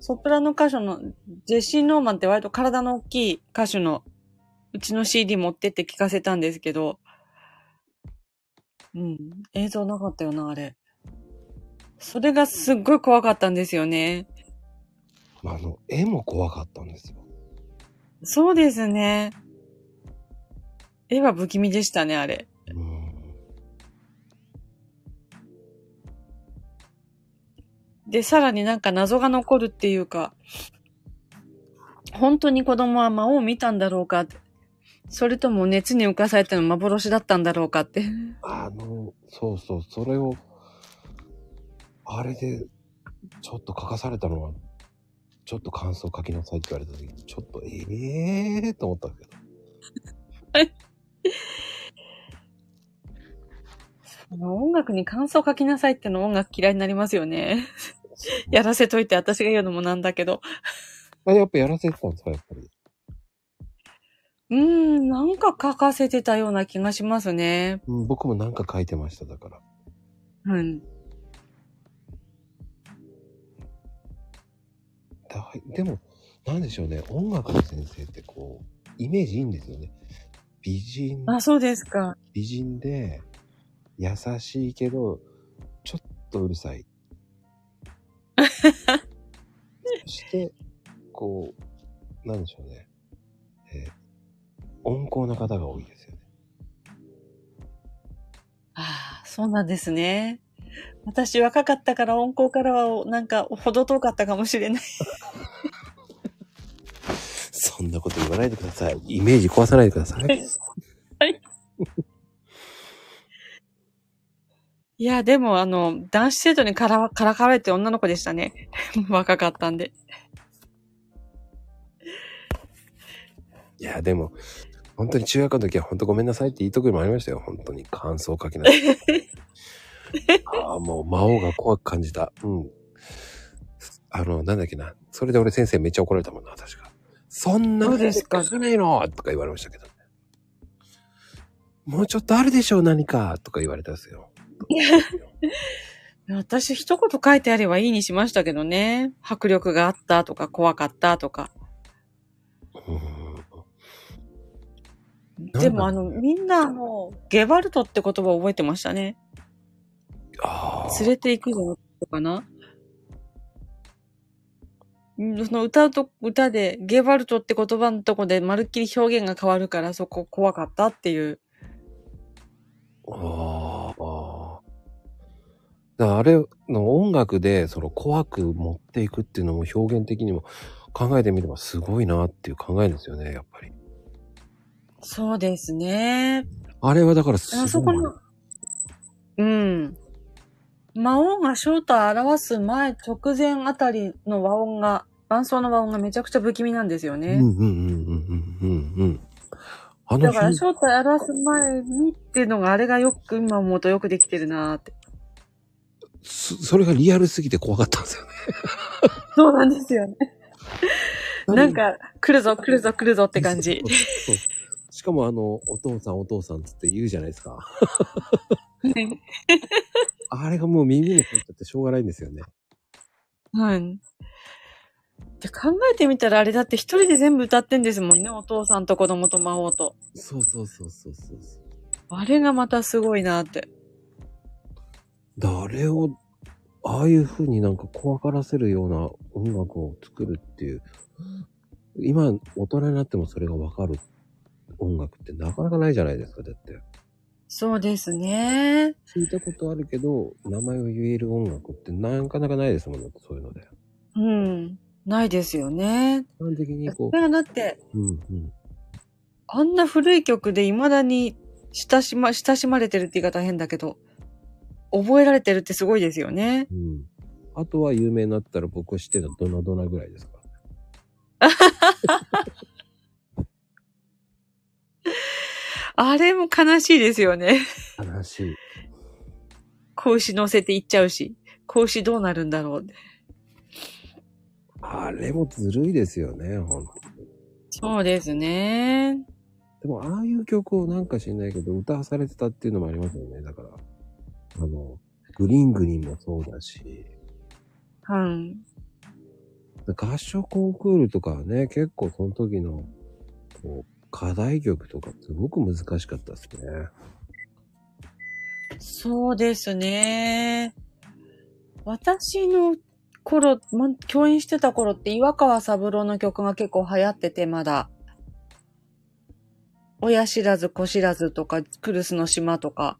S2: ソプラノ歌手の、ジェシー・ノーマンって割と体の大きい歌手の、うちの CD 持ってって聞かせたんですけど、うん、映像なかったよな、あれ。それがすっごい怖かったんですよね。
S1: あの、絵も怖かったんですよ。
S2: そうですね。絵は不気味でしたね、あれ。
S1: うん。
S2: で、さらになんか謎が残るっていうか、本当に子供は魔王を見たんだろうかって、それとも熱に浮かされての幻だったんだろうかって。
S1: あの、そうそう、それを、あれで、ちょっと書かされたのは、ちょっと感想書きなさいって言われた時に、ちょっと、ええー、と思ったけど。
S2: 音楽に感想書きなさいっての音楽嫌いになりますよね。やらせといて私が言うのもなんだけど。
S1: あやっぱやらせてたんですか、やっぱり。
S2: うーん、なんか書かせてたような気がしますね。
S1: うん、僕もなんか書いてました、だから。
S2: うん。
S1: だでも、なんでしょうね、音楽の先生ってこう、イメージいいんですよね。美人
S2: あ、そうですか。
S1: 美人で、優しいけど、ちょっとうるさい。そして、こう、なんでしょうね。えー温厚な方が多いですよね。
S2: ああ、そうなんですね。私若かったから音高からは、なんか、ほど遠かったかもしれない。
S1: そんなこと言わないでください。イメージ壊さないでください。
S2: いや、でも、あの、男子生徒にからわ、からかわれて女の子でしたね。 若かったんで。
S1: いや、でも、本当に中学の時は本当ごめんなさいって言いとくもありましたよ。本当に感想を書きながら。ああ、もう魔王が怖く感じた。うん。あの、なんだっけな。それで俺先生めっちゃ怒られたもんな、確か。そんな
S2: そ
S1: こ
S2: う
S1: と
S2: で
S1: 書
S2: す
S1: か
S2: か
S1: ないのとか言われましたけどね。もうちょっとあるでしょう、何かとか言われたんですよ。
S2: 私、一言書いてあればいいにしましたけどね。迫力があったとか、怖かったとか。
S1: うんだろう
S2: でも、あの、みんな、もう、ゲバルトって言葉を覚えてましたね。
S1: ああ。
S2: 連れて行くぞ、かな。んその歌うと、歌で、ゲバルトって言葉のとこで、まるっきり表現が変わるから、そこ怖かったっていう。
S1: ああ。だからあれの音楽で、その怖く持っていくっていうのも表現的にも考えてみればすごいなっていう考えですよね、やっぱり。
S2: そうですね。
S1: あれはだからすごい。
S2: あそこの、うん。魔王が正体を表す前直前あたりの和音が、伴奏の和音がめちゃくちゃ不気味なんですよ
S1: う
S2: ね。
S1: んうんうんうんうんうんうん。あの
S2: だから
S1: 日、
S2: 正体を表す前にっていうのがあれがよく今思うとよくできてるなーって。
S1: そそれがリアルすぎて怖かったんですよね。
S2: そうなんですよね。
S1: な
S2: なんん
S1: か
S2: か、来るぞ来るぞ来るぞって感 じ。
S1: そうそうしかもあの、お父さんお父さんつって言うじゃないですか。あれがもう耳に入っちゃってしょうがないんですよね。
S2: はい。で考えてみたらあれだって一人で全部歌ってんですもんね。お父さんと子供と魔王と。
S1: そうそうそうそうそうそう。
S2: あれがまたすごいなって。
S1: 誰を、ああいう風になんか怖がらせるような音楽を作るっていう、今、大人になってもそれがわかる音楽ってなかなかないじゃないですか、だって。
S2: そうですね。
S1: 聞いたことあるけど、名前を言える音楽ってなかなかないですもんね、そういうので。
S2: うん。ないですよね。
S1: 基本的にこ
S2: だからだって、
S1: う、うんうん。
S2: あんな古い曲で未だに親しま、親しまれてるって言い方変だけど、覚えられてるってすごいですよね。
S1: うん。あとは有名になったら僕知ってたドナドナぐらいですから。
S2: あれも悲しいですよね。
S1: 悲しい。
S2: 子牛乗せていっちゃうし、子牛どうなるんだろうって。
S1: あれもずるいですよね、ほんと
S2: そうですね。
S1: でも、ああいう曲をなんか知んないけど、歌わされてたっていうのもありますよね。だから、あの、グリングリンもそうだし、
S2: はい。
S1: 合唱コンクールとかはね、結構その時の、こう、課題曲とかすごく難しかったですね。
S2: そうですね。私の頃、ま、教員してた頃って岩川三郎の曲が結構流行っててまだ。親知らず子知らずとか、クルスの島とか。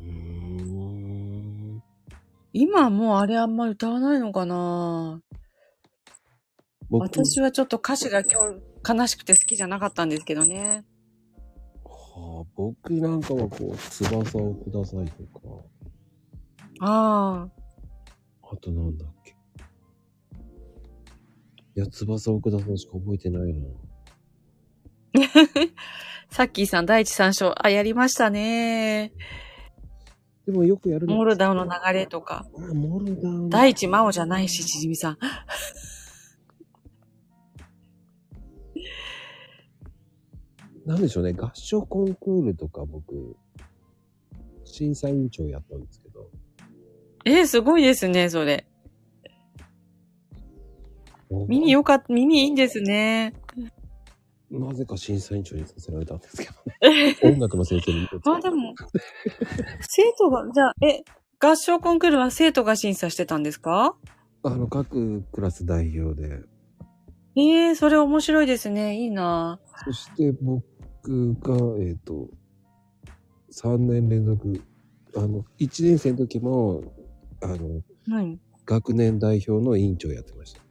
S1: うーん。
S2: 今はもうあれあんまり歌わないのかな
S1: 僕、
S2: 私はちょっと歌詞が今日悲しくて好きじゃなかったんですけどね。
S1: はあ、僕なんかはこう、翼をくださいとか、
S2: ああ、
S1: あとなんだっけ。いや、翼をくださいしか覚えてないな。
S2: さっきーさん第一三章、あ、やりましたね。
S1: でもよくやる
S2: モルダウの流れとか。
S1: あ、モルダウン。
S2: 第一魔王じゃないし、ちじみさん。
S1: なんでしょうね、合唱コンクールとか僕、審査委員長やったんですけど、
S2: えー、すごいですね、それ。耳よかった、耳いいんですね。
S1: なぜか審査委員長にさせられたんですけどね。音楽の先生に。
S2: あ、でも、生徒が、じゃあ、え、合唱コンクールは生徒が審査してたんですか
S1: あの、各クラス代表で、
S2: ええー、それ面白いですね。いいな
S1: そして僕が、えっ、と、3年連続、あの、1年生の時も、あの、
S2: はい。
S1: 学年代表の委員長やってました。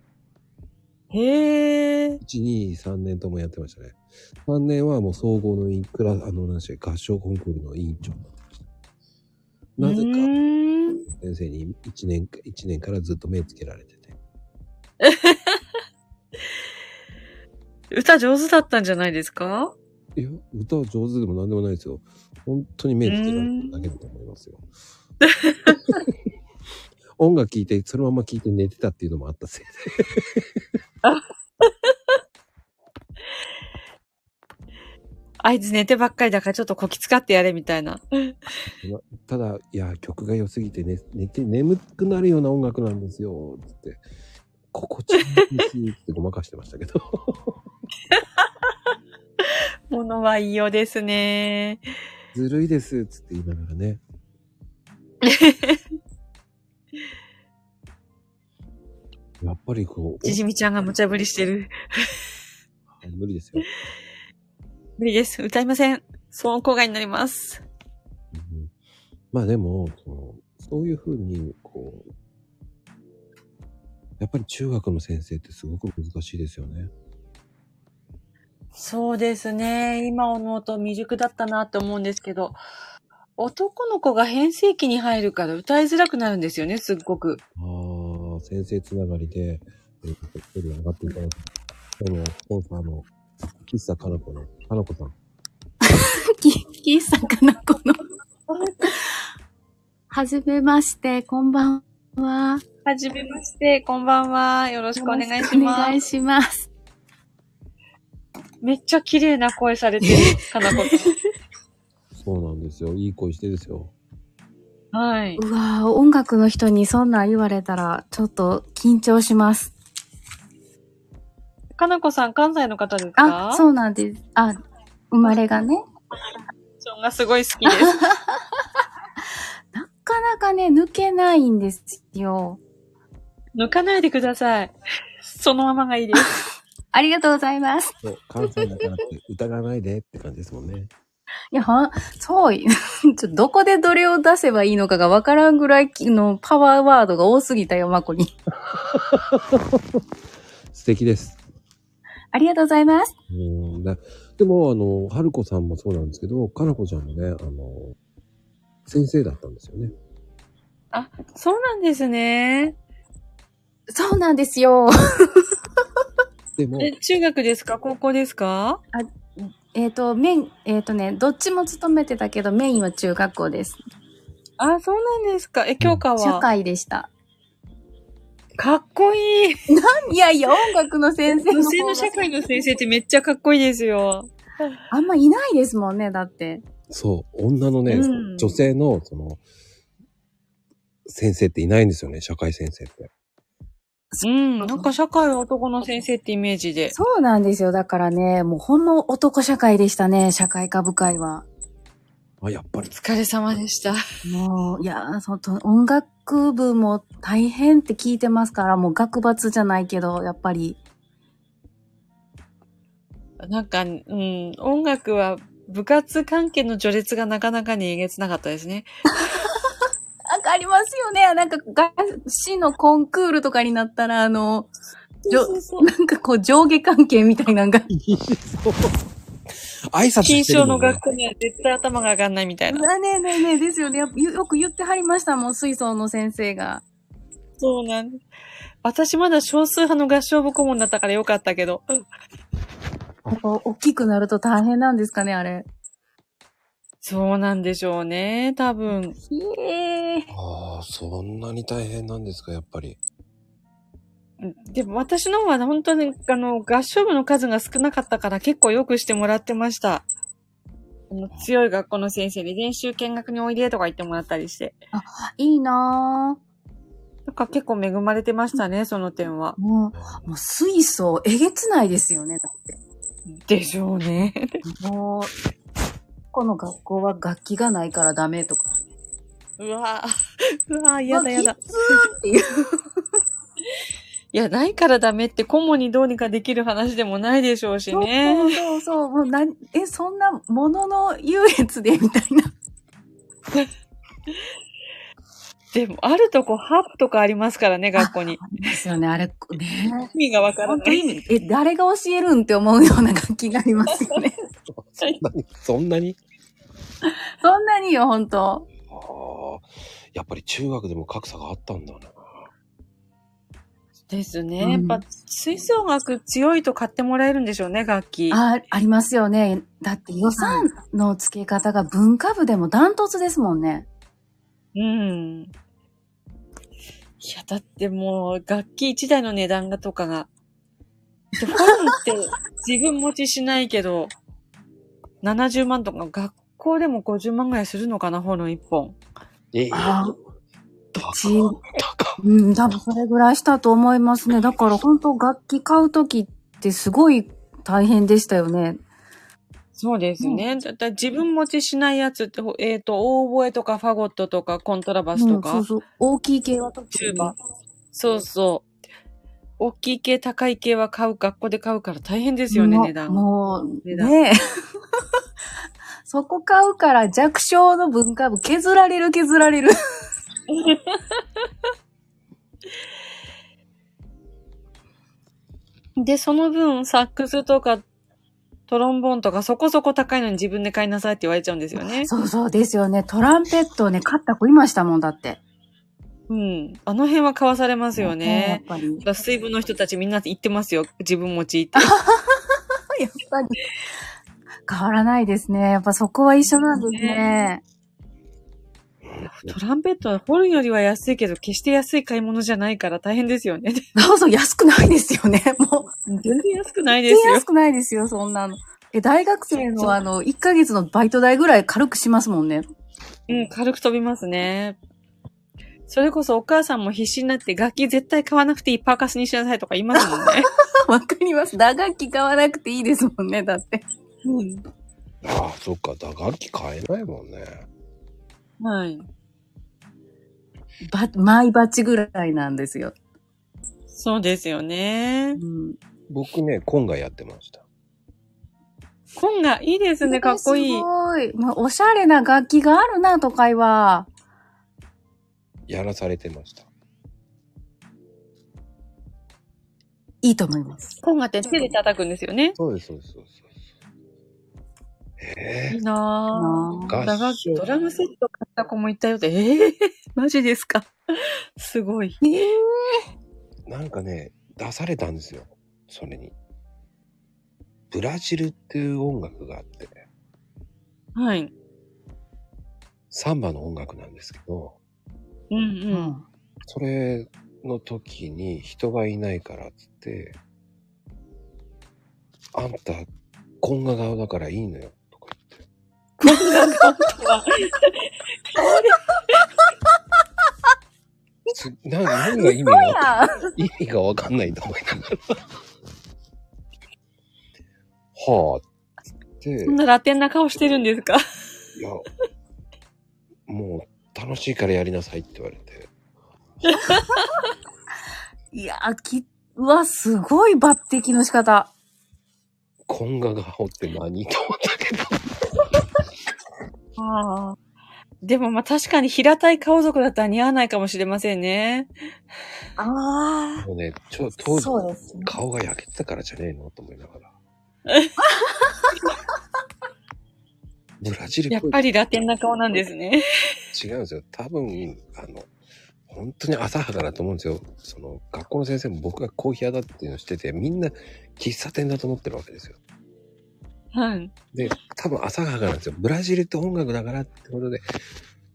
S2: へえ、
S1: 1、2、3年ともやってましたね。3年はもう総合の委員、クラあの、なんでしたっけ合唱コンクールの委員長になってました。なぜ
S2: う
S1: か、
S2: ーん。
S1: 先生に1年か、1年からずっと目つけられてて。
S2: 歌上手だったんじゃないですか
S1: いや、歌は上手でも何でもないですよ。本当に目つけられてるだけだと思いますよ。音楽聴いて、そのまま聴いて寝てたっていうのもあったせいで。
S2: あいつ寝てばっかりだからちょっとこき使ってやれみたいな。
S1: ただ、いや、曲が良すぎて寝、寝て、眠くなるような音楽なんですよ、つって。心地いいし、ってごまかしてましたけど。
S2: ものは異様ですね。
S1: ずるいです、つって言いながら ね。やっぱりこう
S2: ち、じみちゃんが無茶ぶりしてる。
S1: お無理ですよ。
S2: 無理です。歌いません。騒音公害になります。
S1: うんまあでも、そのそういうふうに、こう、やっぱり中学の先生ってすごく難しいですよね。
S2: そうですね。今思うと未熟だったなって思うんですけど、男の子が変声期に入るから歌いづらくなるんですよね、すっごく。
S1: ああ、先生つながりで、えー、一人上がっていただいて、今日のコンサーの、喫茶かなこの、かなこさん。
S5: き、きさんかな、この。はじめまして、こんばんは。よ
S3: はじめまして、こんばんは。よろしくお願いし
S5: お願
S3: ま
S5: いします。
S2: めっちゃ綺麗な声され てる、かなこ
S1: そうなんですよ。いい声してですよ。
S2: と。はい。
S5: うわぁ、音楽の人にそんなん言われたら、ちょっと緊張します。
S2: かなこさん、関西の方ですか
S5: あ、
S2: う。
S5: そうなんです。あ、生まれがね。
S2: がすごい好きです。
S5: なかなかね、抜けないんですよ。
S2: 抜かないでください。そのままがいいです。
S5: ありがとうございます。
S1: そう関西だからって疑わないでって感じですもんね。
S5: いや、ほん、そうい、ちょっとどこでどれを出せばいいのかがわからんぐらいのパワーワードが多すぎたよ、まこに。
S1: 素敵です。
S5: ありがとうございます。
S1: うんだでも、あの、はるこさんもそうなんですけど、かなこちゃんもね、あの、先生だったんですよね。
S2: そうなんですね。
S5: そうなんですよ。
S1: でも、
S2: え、中学ですか高校ですか
S5: えっ、と、メイン、えっ、とね、どっちも勤めてたけど、メインは中学校です。
S2: あ、そうなんですか。え、教科
S5: 社
S2: は
S5: 会でした。
S2: かっこいい。
S5: いやいや、 音楽の先生の
S2: 女
S5: 方
S2: 性
S5: が
S2: の社会の先生ってめっちゃかっこいいですよ。
S5: あんまいないですもんね、だって。
S1: そう、女のね、
S5: うん
S1: 女性の、その、先生っていないんですよね、社会先生って。
S2: うん。なんか社会は男の先生ってイメージで。
S5: そうなんですよ。だからね、もうほんま男社会でしたね、社会科部会は。
S1: あ、やっぱり。
S2: お疲れ様でした。
S5: もう、いやー、その音楽部も大変って聞いてますから、もう学罰じゃないけど、やっぱり。
S2: なんか、うん、音楽は部活関係の序列がなかなかにえげつなかったですね。
S5: なんかありますよね。なんか、が市のコンクールとかになったら、あの、じょなんかこう上下関係みたいなのが
S1: 挨拶
S2: 金
S1: してる
S2: 賞
S1: も
S2: の
S1: んね
S2: 学。校には絶対頭が上がんないみたいな。
S5: だねえねえねえですよね。やっぱよよく言ってはりましたもん、水槽の先生が。
S2: そうなんです。私まだ少数派の合唱部顧問だったからよかったけど。
S5: やっぱ大きくなると大変なんですかね、あれ。
S2: そうなんでしょうね、多分。
S5: ひえー。
S1: ああ、そんなに大変なんですか、やっぱり。
S2: でも私の方は本当に、あの、合唱部の数が少なかったから結構よくしてもらってました。あの強い学校の先生に練習見学においでとか言ってもらったりして。
S5: いいなぁ。
S2: なんか結構恵まれてましたね、その点 は。
S5: もう、もう水槽えげつないですよね、だっ
S2: でしょうね。
S5: て。もう、この学校は楽器がないからダメとか。
S2: うわぁ、うわぁ、やだやだ。
S5: ていう
S2: いや、ないからダメって、顧問にどうにかできる話でもないでしょうしね。
S5: そうそうそう、もうな、え、そんなものの優劣でみたいな。
S2: でも、あるとこ、ハープとかありますからね、学校に。
S5: ですよね、あれ、ね。
S2: 意味がわから
S5: 本
S2: な
S5: 当
S2: い。
S5: 意味、え、誰が教えるんって思うような楽器がありますよね。
S1: そんなに、そんなに
S5: そんなによ、本当
S1: ああ、やっぱり中学でも格差があったんだな。
S2: です
S5: うん
S2: ね。やっぱ、吹奏楽強いと買ってもらえるんでしょうね、楽器。
S5: あ、ありますよね。だって予算の付け方が文化部でもダントツですもんね。
S2: うん。いや、だってもう、楽器一台の値段がとかが。で本って自分持ちしないけど、70万とか、学校でも50万ぐらいするのかな、本の1本。
S1: ええ
S5: あ
S1: 高
S5: ち、
S1: 高
S5: うん、多分それぐらいしたと思いますね。だから本当楽器買うときってすごい大変でしたよね。
S2: そうですね。だったら自分持ちしないやつって、ほえっ、と、オーボエとかファゴットとかコントラバス
S5: う
S2: と
S5: ん、
S2: か、
S5: そうそう。大きい系は特
S2: チュー
S5: に。
S2: バ。そうそう。大きい系、高い系は買う、学校で買うから大変ですよね、
S5: もう
S2: 値段が。
S5: もう、
S2: 値段
S5: ねえ。 そこ買うから弱小の文化部削られる削られる。
S2: で、その分、サックスとか、トロンボーンとかそこそこ高いのに自分で買いなさいって言われちゃうんですよね。
S5: そうそうですよね。トランペットね、買った子いましたもんだって。
S2: うん。あの辺は買わされますよ
S5: やっ
S2: ね。
S5: ぱり。
S2: だから水分の人たちみんな言ってますよ。自分持ちって。
S5: やっぱり。変わらないですね。やっぱそこは一緒なんですね。
S2: トランペットは掘るよりは安いけど、決して安い買い物じゃないから大変ですよね。
S5: そうそう、安くないですよね。も、
S2: 全然安くないうです
S5: 全然
S2: よ
S5: 安。くないですよ、そんなの。え、大学生
S2: そう
S5: のあの、1ヶ月のバイト代ぐらい軽くしますもんね。
S2: うん、軽く飛びますね。それこそお母さんも必死になって楽器絶対買わなくていいパーカスにしなさいとか言いますもん ね。
S5: わかります。打楽器買わなくていいですもんね、だって。
S1: ああ、そっか、打楽器買えないもんね。
S2: はい。
S5: ば、マイバチぐらいなんですよ。
S2: そうですよね
S5: う。ん。
S1: 僕ね、コンガやってました。
S2: 今がいいですね、かっこいい
S5: す。ごい。まあ、おしゃれな楽器があるな、都会は。
S1: やらされてました。
S5: いいと思います。
S2: 今がって手で叩くんですよね。
S1: そうです、そうです、そうです。え
S2: いいな
S5: な
S2: ぁ。
S1: あ
S2: 打楽器ドラムセット買った子もいたよって、ええ マジですか。すごい。
S1: えなんかね、出されたんですよ。それに。ブラジルっていう音楽があって、
S2: はい。
S1: サンバの音楽なんですけど、
S2: うんう
S5: う
S2: ん。
S5: ん。
S1: それの時に人がいないからっつって、あんた、コンガ顔だからいいのよ、とか言って。コンガ顔とは。 な、何が意味が、意味がわかんないと思いながら。はあ、つって
S2: そ、んなラテンな顔してるんですか
S1: いや、もう楽しいからやりなさいって言われて。
S5: いやー、き、うわ、すごい抜擢の仕方。
S1: コンガ顔って何と思ったけど。
S2: ああ。でもまあ確かに平たい顔族だったら似合わないかもしれませんね。
S4: ああ。
S1: もうね、ちょ、当時、
S4: そうですね。
S1: 顔が焼けてたからじゃねえのと思いながら。 ブラジル
S2: や
S1: っ
S2: っ
S1: ぽい
S2: ぱりラテンな顔なんですね。
S1: 違うんですよ。多分、あの、本当に浅はかだと思うんですよ。その、学校の先生も僕がコーヒー屋だっていうのをしてて、みんな喫茶店だと思ってるわけですよ。
S2: はい。
S1: で、多分浅はかなんですよ。ブラジルって音楽だからってことで、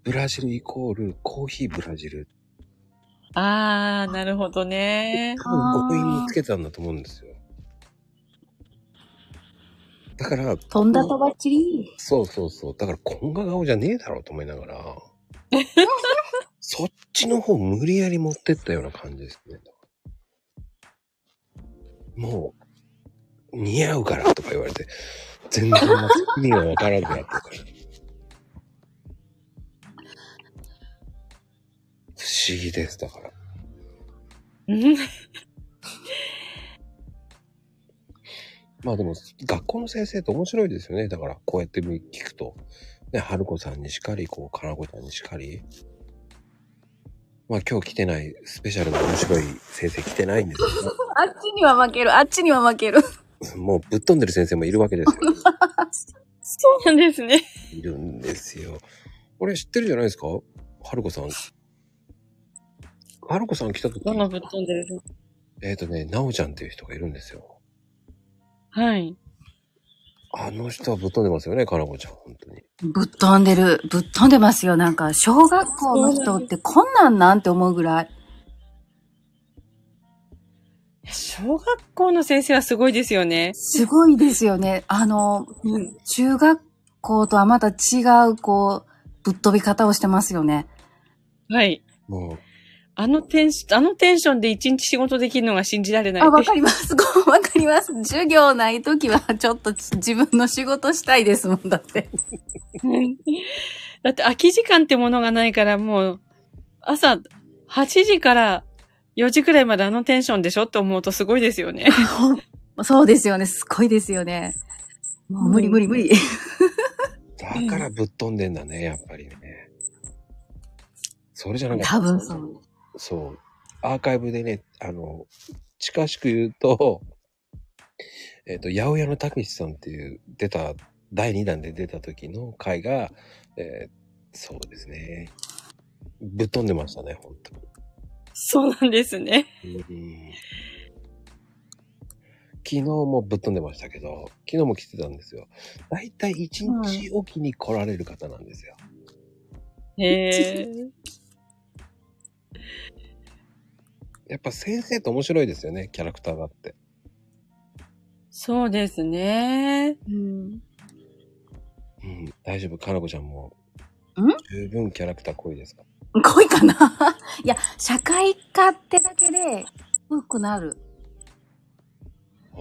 S1: ブラジルイコールコーヒーブラジル。
S2: ああ、なるほどね。
S1: 多分強引につけたんだと思うんですよ。だから、
S5: 飛んだとばっちり。
S1: そうそうそう。だから、こんが顔じゃねえだろうと思いながら、そっちの方無理やり持ってったような感じですね。もう、似合うからとか言われて、全然意味がわからなくなったから。不思議です、だから。
S2: うん
S1: まあでも、学校の先生って面白いですよね。だから、こうやって聞くと。ね、春子さんにしかり、こう、かなこちゃんにしかり。まあ今日来てない、スペシャルな面白い先生来てないんです
S5: あっちには負ける、あっちには負ける。
S1: けど、も うぶっ飛んでる先生もいるわけですよ。
S2: そうなんですね。
S1: いるんですよ。これ知ってるじゃないですか春子さん。春子さん来た時、
S2: どのぶっ飛んでる
S1: えっ、とね、なおちゃんっていう人がいるんですよ。
S2: はい。
S1: あの人はぶっ飛んでますよね、かなこちゃん、本当に。
S5: ぶっ飛んでる、ぶっ飛んでますよ。なんか、小学校の人ってこんなんなんて思うぐらい。
S2: 小学校の先生はすごいですよね。
S5: すごいですよね。あの、
S2: うん。
S5: 中学校とはまた違う、こう、ぶっ飛び方をしてますよね。
S2: はい。
S1: もう、
S2: あのテンション、あのテンションで一日仕事できるのが信じられない。
S5: あ、わかります。 ごわかります。授業ないときは、ちょっと自分の仕事したいですもん、だって。
S2: だって空き時間ってものがないからもう、朝8時から4時くらいまであのテンションでしょって思うとすごいですよ ね。
S5: そうですよね。すごいですよね。もう無理無理無理。
S1: だからぶっ飛んでんだね、やっぱりね。それじゃなかった。
S5: 多分そう。
S1: そう。アーカイブでね、あの、近しく言うと、えっ、と、八百屋のたけしさんっていう、出た、第2弾で出た時の回が、えーそうですね。ぶっ飛んでましたね、本当に。
S2: そうなんですね。
S1: うん昨日もぶっ飛んでましたけど、昨日も来てたんですよ。だいたい1日おきに来られる方なんですよ。
S2: へえ。
S1: やっぱ先生って面白いですよね、キャラクターがあって。
S2: そうですね。うん。
S1: うん、大丈夫、かなこちゃんも。
S5: ん
S1: 十分キャラクター濃いですか
S5: 濃いかな いや、社会科ってだけで、濃くなる。
S1: あ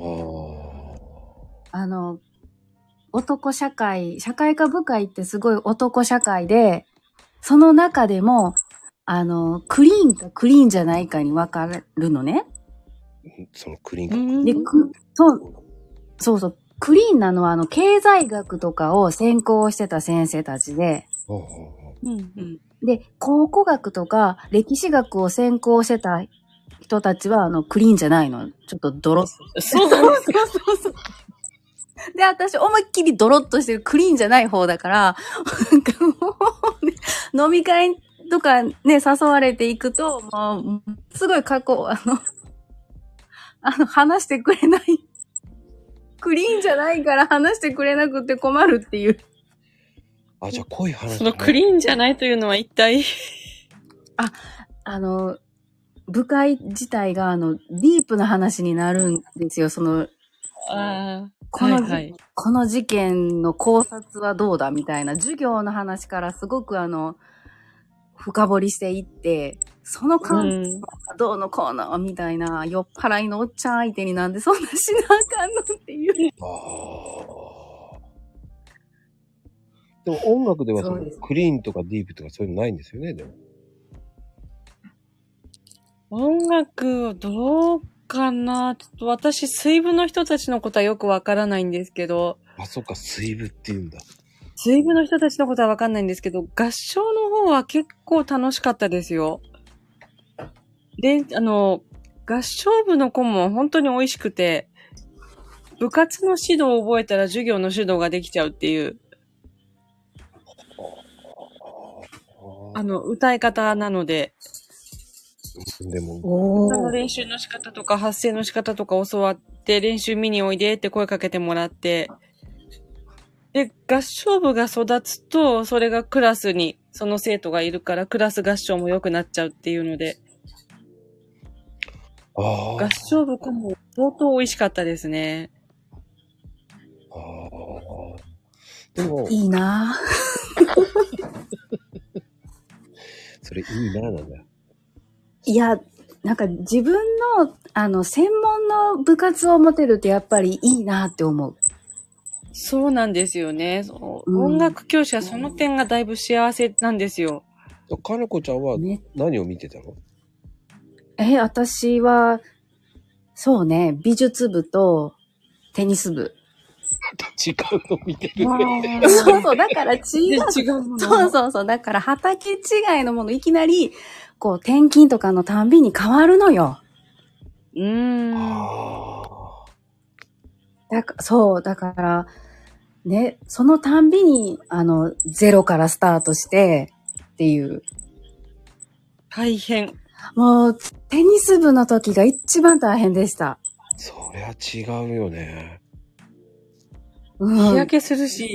S1: あ。
S5: あの、男社会、社会科部会ってすごい男社会で、その中でも、あの、クリーンかクリーンじゃないかに分かるのね。
S1: そのクリーンが
S2: うん
S5: で、くそう、そうそう、クリーンなのは、あの、経済学とかを専攻してた先生たちで、
S1: ほうほうほう
S2: うん。
S5: で、考古学とか歴史学を専攻してた人たちは、あの、クリーンじゃないの。ちょっとドロッ
S2: そうなんですか。
S5: で、私、思いっきりドロッとしてるクリーンじゃない方だから、なんかもうね、飲み会とかね、誘われていくと、もう、すごい過去、あの、あの、話してくれない。クリーンじゃないから話してくれなくて困るっていう。
S1: あ、じゃあ濃い話、
S2: そのクリーンじゃないというのは一体。
S5: あの、部会自体が、あの、ディープな話になるんですよ。その、
S2: ああ。
S5: この、
S2: はいはい
S5: この事件の考察はどうだみたいな授業の話からすごくあの、深掘りしていって、その
S2: う
S5: 観
S2: ん。
S5: どうのこうのみたいな、酔っ払いのおっちゃん相手になんでそんなしなあかんのっていう。
S1: ああ。でも音楽ではそ
S5: そう
S1: の
S5: です
S1: クリーンとかディープとかそういうのないんですよね、でも。
S2: 音楽をどうかなちょっと私、水分の人たちのことはよくわからないんですけど、
S1: あ、そっか、水分って言うんだ。
S2: 水分の人たちのことはわかんないんですけど、合唱の方は結構楽しかったですよ。で、あの、合唱部の子も本当に美味しくて、部活の指導を覚えたら授業の指導ができちゃうっていう、あ
S1: あ
S2: の、歌い方なので、
S1: でも、
S5: お
S2: 歌の練習の仕方とか発声の仕方とか教わって練習見においでって声かけてもらってで合唱部が育つとそれがクラスにその生徒がいるからクラス合唱も良くなっちゃうっていうので
S1: あ
S2: 合
S1: あ。
S2: 唱部顧問相当美味しかったですね
S1: ああでも、
S5: いいなあ
S1: それいいな、なんだ。
S5: いや、なんか自分の、あの、専門の部活を持てるってやっぱりいいなあって思う。
S2: そうなんですよねそう
S5: うん
S2: 音楽教師はその点がだいぶ幸せなんですよ
S1: かなこちゃんは
S5: ね
S1: 何を見てた の
S5: え、私は、そうね、美術部とテニ ス部。
S1: 違うの見てるね。
S5: そうそう、だから違う。
S2: で違うもの
S5: そうそうそう、だから畑違いのもの、いきなり、こう、転勤とかのたんびに変わるのよ。
S2: うーん
S1: あ
S5: だかそう、だから、ね、そのたんびに、あの、ゼロからスタートして、っていう。
S2: 大変
S5: もう、テニス部の時が一番大変でした。
S1: あ。そりゃ違うよね。
S5: う
S2: 日
S5: ん
S2: 焼。けするし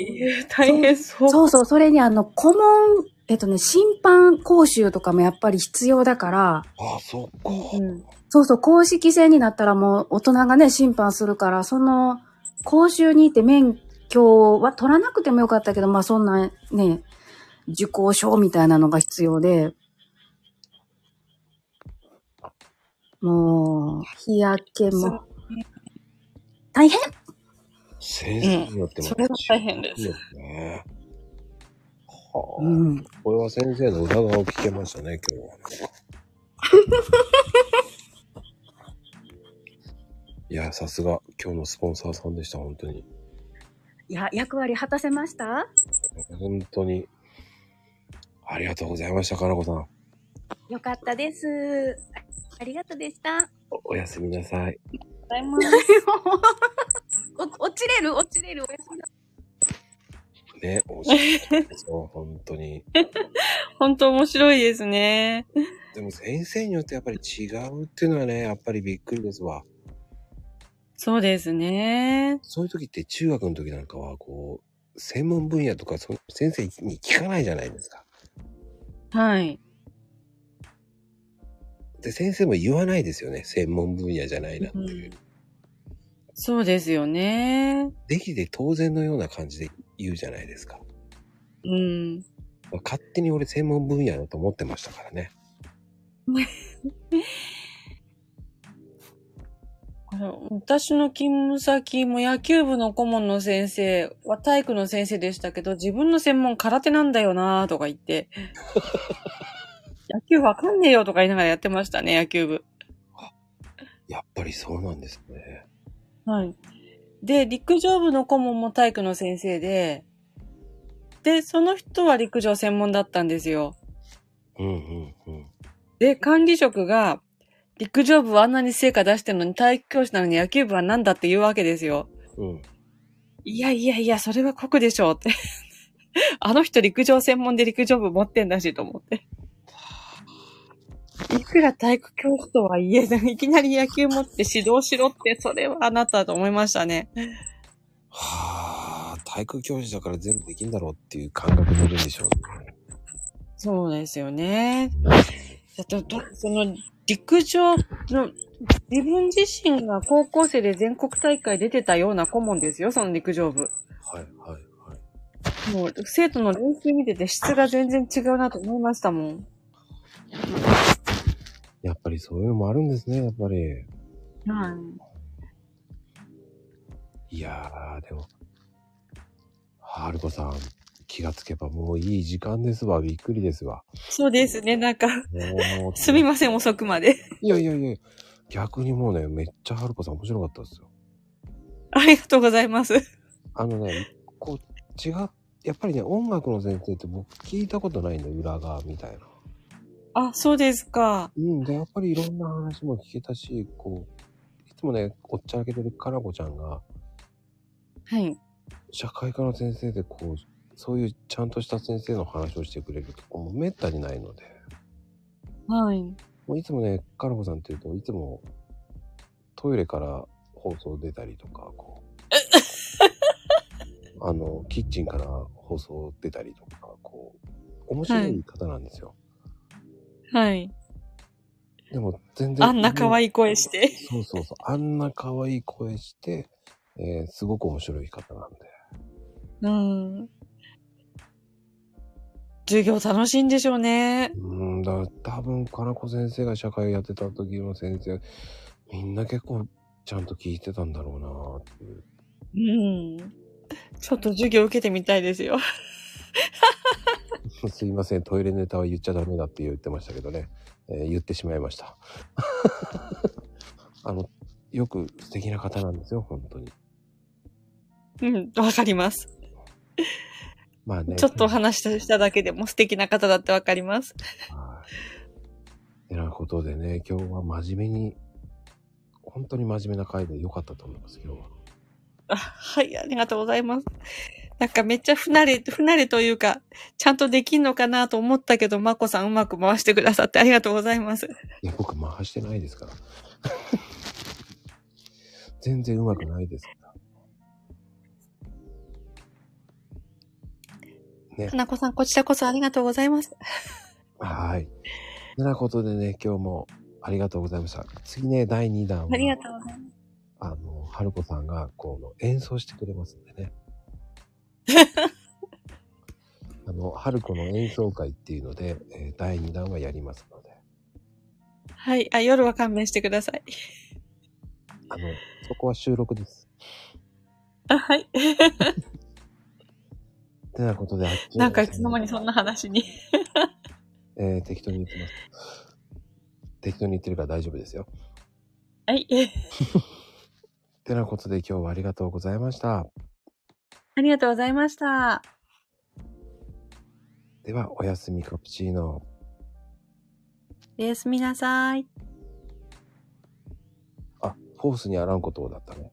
S2: 大変そう
S5: そうそう、それにあの、顧問、えっとね、審判講習とかもやっぱり必要だから、
S1: あ、そっか。
S2: うん
S5: そうそう、公式戦になったらもう大人がね、審判するから、その、講習に行って免許は取らなくてもよかったけど、まあそんなね、受講証みたいなのが必要で、もう、日焼けも、大変
S1: 先生によっても、
S2: うんそれが大変です
S1: 違うよね。はあ、
S5: うん。
S1: これは先生の裏側を聞けましたね、今日は。いや、さすが、今日のスポンサーさんでした、本当に。
S5: いや、役割果たせました
S1: 本当に。ありがとうございました、かなこさん。
S5: よかったです。ありがとうでした。
S1: おおやすみなさい。
S2: ございます
S5: お落ちれる落ちれるおやすみなさい
S1: ね、面白いですよ、本当に。
S2: 本当面白いですね。
S1: でも先生によってやっぱり違うっていうのはね、やっぱりびっくりですわ。
S2: そうですね。
S1: そういう時って中学の時なんかは、こう、専門分野とかそ先生に聞かないじゃないですか。
S2: はい。
S1: で、先生も言わないですよね。専門分野じゃないなんていう。
S2: そうですよね。
S1: できて当然のような感じで言うじゃないですか。
S2: うん。
S1: まあ勝手に俺専門分野だと思ってましたからね。
S2: あの私の勤務先も野球部の顧問の先生は体育の先生でしたけど、自分の専門空手なんだよなぁとか言って、野球わかんねえよとか言いながらやってましたね、野球部。
S1: やっぱりそうなんですね。
S2: はい。で、陸上部の顧問も体育の先生で、で、その人は陸上専門だったんですよ。
S1: うんうんうん。
S2: で、管理職が、陸上部はあんなに成果出してるのに体育教師なのに野球部はなんだって言うわけですよ。
S1: うん。
S2: いやいやいや、それは酷でしょうって。 あの人陸上専門で陸上部持ってんだしと思 って。いくら体育教師とはいえ、 いきなり野球持って指導しろって、それはあなただと思いましたね。
S1: はあ、体育教師だから全部できんだろうっていう感覚もいるんでしょうね。
S2: そうですよね。だとどその陸上の、自分自身が高校生で全国大会出てたような顧問ですよ、その陸上部。
S1: はいはいはい。
S2: もう生徒の練習見てて質が全然違うなと思いましたもん。
S1: やっぱりそういうのもあるんですね、やっぱり。
S2: はい。
S1: いやー、でも、はるこさん、気がつけばもういい時間ですわ、びっくりですわ。
S2: そうですね、なんか。
S1: もう
S2: すみません、遅くまで。
S1: いやいやいや、逆にもうね、めっちゃはるこさん面白かったですよ。
S2: ありがとうございます。
S1: あのね、こう、違う、やっぱりね、音楽の先生って僕聞いたことないんで、裏側みたいな。
S2: あ、そうですか。
S1: うん、で、やっぱりいろんな話も聞けたし、こう、いつもね、おっちゃらけてるかなこちゃんが、
S2: はい。
S1: 社会科の先生でこう、そういうちゃんとした先生の話をしてくれるとこもめったにないので、
S2: はい。
S1: もういつもね、かなこさんっていうといつもトイレから放送出たりとか、 こう、あの、キッチンから放送出たりとか、こう、面白い方なんですよ。
S2: はい。
S1: でも全然。
S2: あんな可愛い声して。
S1: そうそうそう。あんな可愛い声して、えーすごく面白い方なんで。
S2: うん。授業楽しいんでしょうね。
S1: うんだ、多分、かなこ先生が社会やってた時の先生、みんな結構ちゃんと聞いてたんだろうなーっていう。
S2: うん。ちょっと授業受けてみたいですよ。
S1: すいません、トイレネタは言っちゃダメだって言ってましたけどね。えー言ってしまいました。 あの、よく素敵な方なんですよ、本当に。
S2: うん、わかります。
S1: まあね。
S2: ちょっとお話ししただけでも素敵な方だってわかります。
S1: はい。てなことでね、今日は真面目に、本当に真面目な回で良かったと思います、今日は。
S2: あはい、ありがとうございます。なんかめっちゃ不慣れ、不慣れというか、ちゃんとできんのかなと思ったけど、まこさんうまく回してくださってありがとうございます。
S1: いや、僕回してないですから。 全然うまくないですから。
S2: 花子さん、こちらこそありがとうございます。
S1: はい。てなことでね、今日もありがとうございました。次ね、第2弾は、
S5: ありがとうございます
S1: あの、はるこさんが、この、演奏してくれますんで ね。あの、はるこの演奏会っていうので、えー第2弾はやりますので。
S2: はい、あ、夜は勘弁してください。
S1: あの、そこは収録です。
S2: あ、はい。
S1: てなことで、あっち
S2: なんかいつの間にそんな話に。
S1: えー適当に言ってます。適当に言ってるから大丈夫ですよ。
S2: はい。
S1: てなことで今日はありがとうございました。
S2: ありがとうございました。
S1: では、おやすみカプチーノ。
S2: おやすみなさい。
S1: あ、フォースにあらんことだったね。